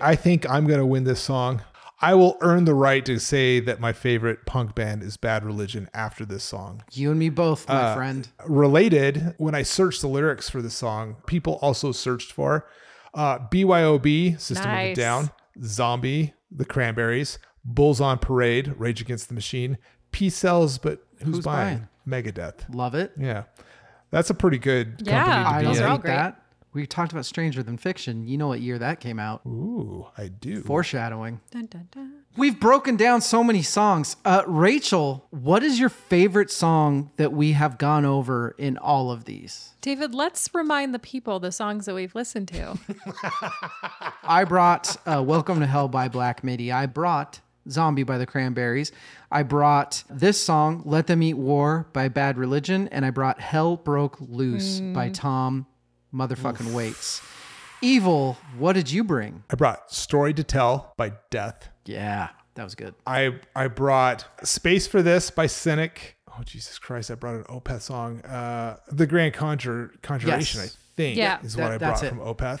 S3: I think I'm going to win this song. I will earn the right to say that my favorite punk band is Bad Religion after this song.
S1: You and me both, my
S3: Uh,
S1: friend.
S3: Related, when I searched the lyrics for the song, people also searched for uh, BYOB, System of a
S4: Nice.
S3: Down, Zombie, The Cranberries, Bulls on Parade, Rage Against the Machine, P Cells, but Who's,
S1: Who's
S3: buying? Megadeth.
S1: Love it.
S3: Yeah. That's a pretty good company
S4: Yeah.
S3: to
S1: I
S3: be
S1: don't
S4: Those are all
S1: hate
S4: great.
S1: that. We talked about Stranger Than Fiction. You know what year that came out.
S3: Ooh, I do.
S1: Foreshadowing.
S4: Dun, dun, dun.
S1: We've broken down so many songs. Uh, Rachel, what is your favorite song that we have gone over in all of these?
S4: David, let's remind the people the songs that we've listened to.
S1: I brought uh, Welcome to Hell by Black Midi. I brought Zombie by the Cranberries. I brought this song, Let Them Eat War by Bad Religion. And I brought Hell Broke Loose by Tom Motherfucking Waits. Evil, what did you bring?
S3: I brought Story to Tell by Death.
S1: Yeah, that was good.
S3: I I brought Space for This by Cynic. Oh Jesus Christ, I brought an Opeth song. Uh The Grand Conjure Conjuration,
S1: Yes.
S3: I think
S4: Yeah.
S3: is
S1: That-
S3: what I
S1: that's
S3: brought
S1: it.
S3: from Opeth.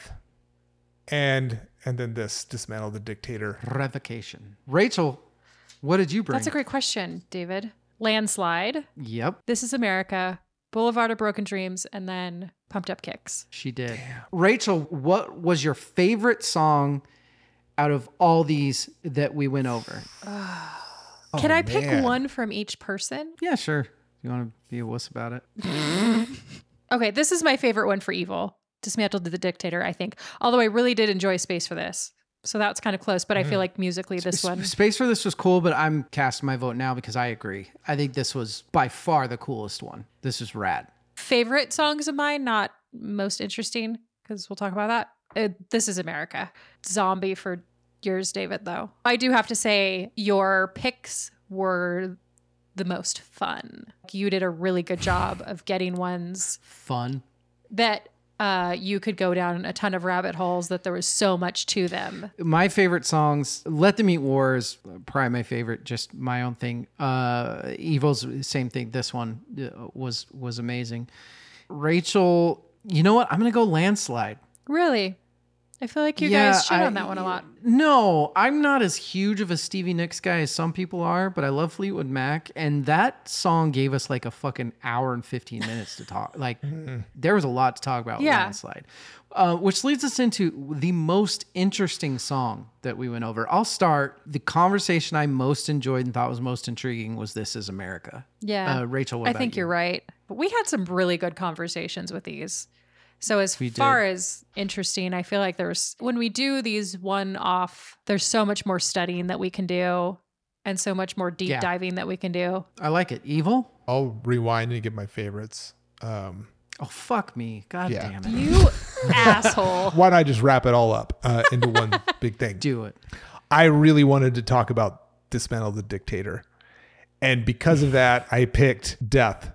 S3: And and then this Dismantle the Dictator.
S1: Revocation. Rachel, what did you bring?
S4: That's a great question, David. Landslide.
S1: Yep.
S4: This is America. Boulevard of Broken Dreams, and then Pumped Up Kicks.
S1: She did. Rachel, what was your favorite song out of all these that we went over?
S4: Can I pick
S3: man.
S4: one from each person?
S1: Yeah, sure. You want to be a wuss about it?
S4: Okay, this is my favorite one for evil. Dismantled the dictator, I think. Although I really did enjoy space for this. So that's kind of close, but I feel like musically this one.
S1: Mm. Space for this was cool, but I'm casting my vote now because I agree. I think this was by far the coolest one. This is rad.
S4: Favorite songs of mine, not most interesting, because we'll talk about that. Uh, this is America. Zombie for yours, David, though. I do have to say, your picks were the most fun. You did a really good job of getting ones
S1: Fun.
S4: that uh, you could go down a ton of rabbit holes that there was so much to them.
S1: My favorite songs, Let Them Eat War is probably my favorite, just my own thing. Uh, Evil's same thing. This one uh, was was amazing. Rachel, you know what? I'm gonna go landslide.
S4: Really, I feel like you
S1: Yeah,
S4: guys shit
S1: I-
S4: on that one a lot.
S1: No, I'm not as huge of a Stevie Nicks guy as some people are, but I love Fleetwood Mac, and that song gave us like a fucking hour and 15 minutes to talk. Like, there was a lot to talk about. with
S4: Yeah.
S1: Landslide, uh, which leads us into the most interesting song that we went over. I'll start. The conversation I most enjoyed and thought was most intriguing was "This Is America."
S4: Yeah,
S1: uh, Rachel, what
S4: I
S1: about
S4: think
S1: you?
S4: are right. But we had some really good conversations with these. So as
S1: We
S4: far as interesting, I feel like there's when we do these one-off, there's so much more studying that we can do, and so much more deep
S1: Yeah.
S4: diving that we can do.
S1: I like it. Evil.
S3: I'll rewind and get my favorites. Um,
S1: Oh fuck me! God
S3: Yeah.
S1: damn it!
S4: You asshole.
S3: why don't I just wrap it all up uh, into one big thing?
S1: Do it.
S3: I really wanted to talk about Dismantle the Dictator. And because of that, I picked Death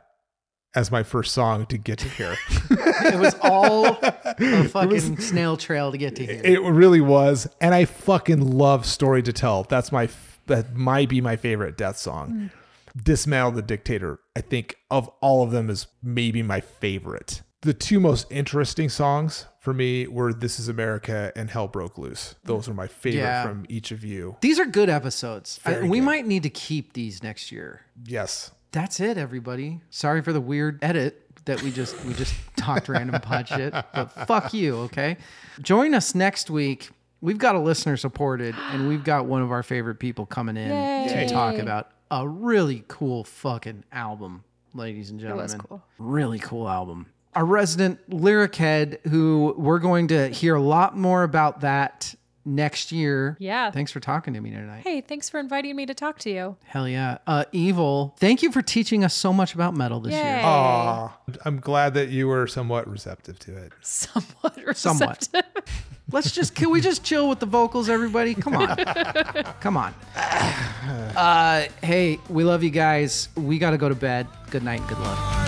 S3: as my first song to get to here.
S1: It was all a fucking snail trail to get to here.
S3: it really was. And I fucking love Story to Tell. That's my, f- that might be my favorite Death song. Dismantle the Dictator, I think of all of them is maybe my favorite. The two most interesting songs for me were This Is America and Hell Broke Loose. Those are my favorite
S1: Yeah.
S3: from each of you.
S1: These are good episodes. I-
S3: Very
S1: we
S3: good.
S1: might need to keep these next year.
S3: Yes.
S1: That's it, everybody. Sorry for the weird edit that we just we just talked random pod shit, but fuck you, okay? Join us next week. We've got a listener supported, and we've got one of our favorite people coming in
S4: Yay.
S1: to talk about a really cool fucking album, ladies and gentlemen.
S4: was cool.
S1: Really cool album. Our resident lyric head, who we're going to hear a lot more about that next year.
S4: Yeah.
S1: Thanks for talking to me tonight.
S4: Hey, thanks for inviting me to talk to you.
S1: Hell yeah. Uh, Evil, thank you for teaching us so much about metal this
S4: Yay.
S1: year.
S3: Aw, I'm glad that you were somewhat receptive to it.
S4: Somewhat receptive.
S1: Somewhat. Let's just, can we just chill with the vocals, everybody? Come on. Come on. Uh, hey, we love you guys. We got to go to bed. Good night. Good luck.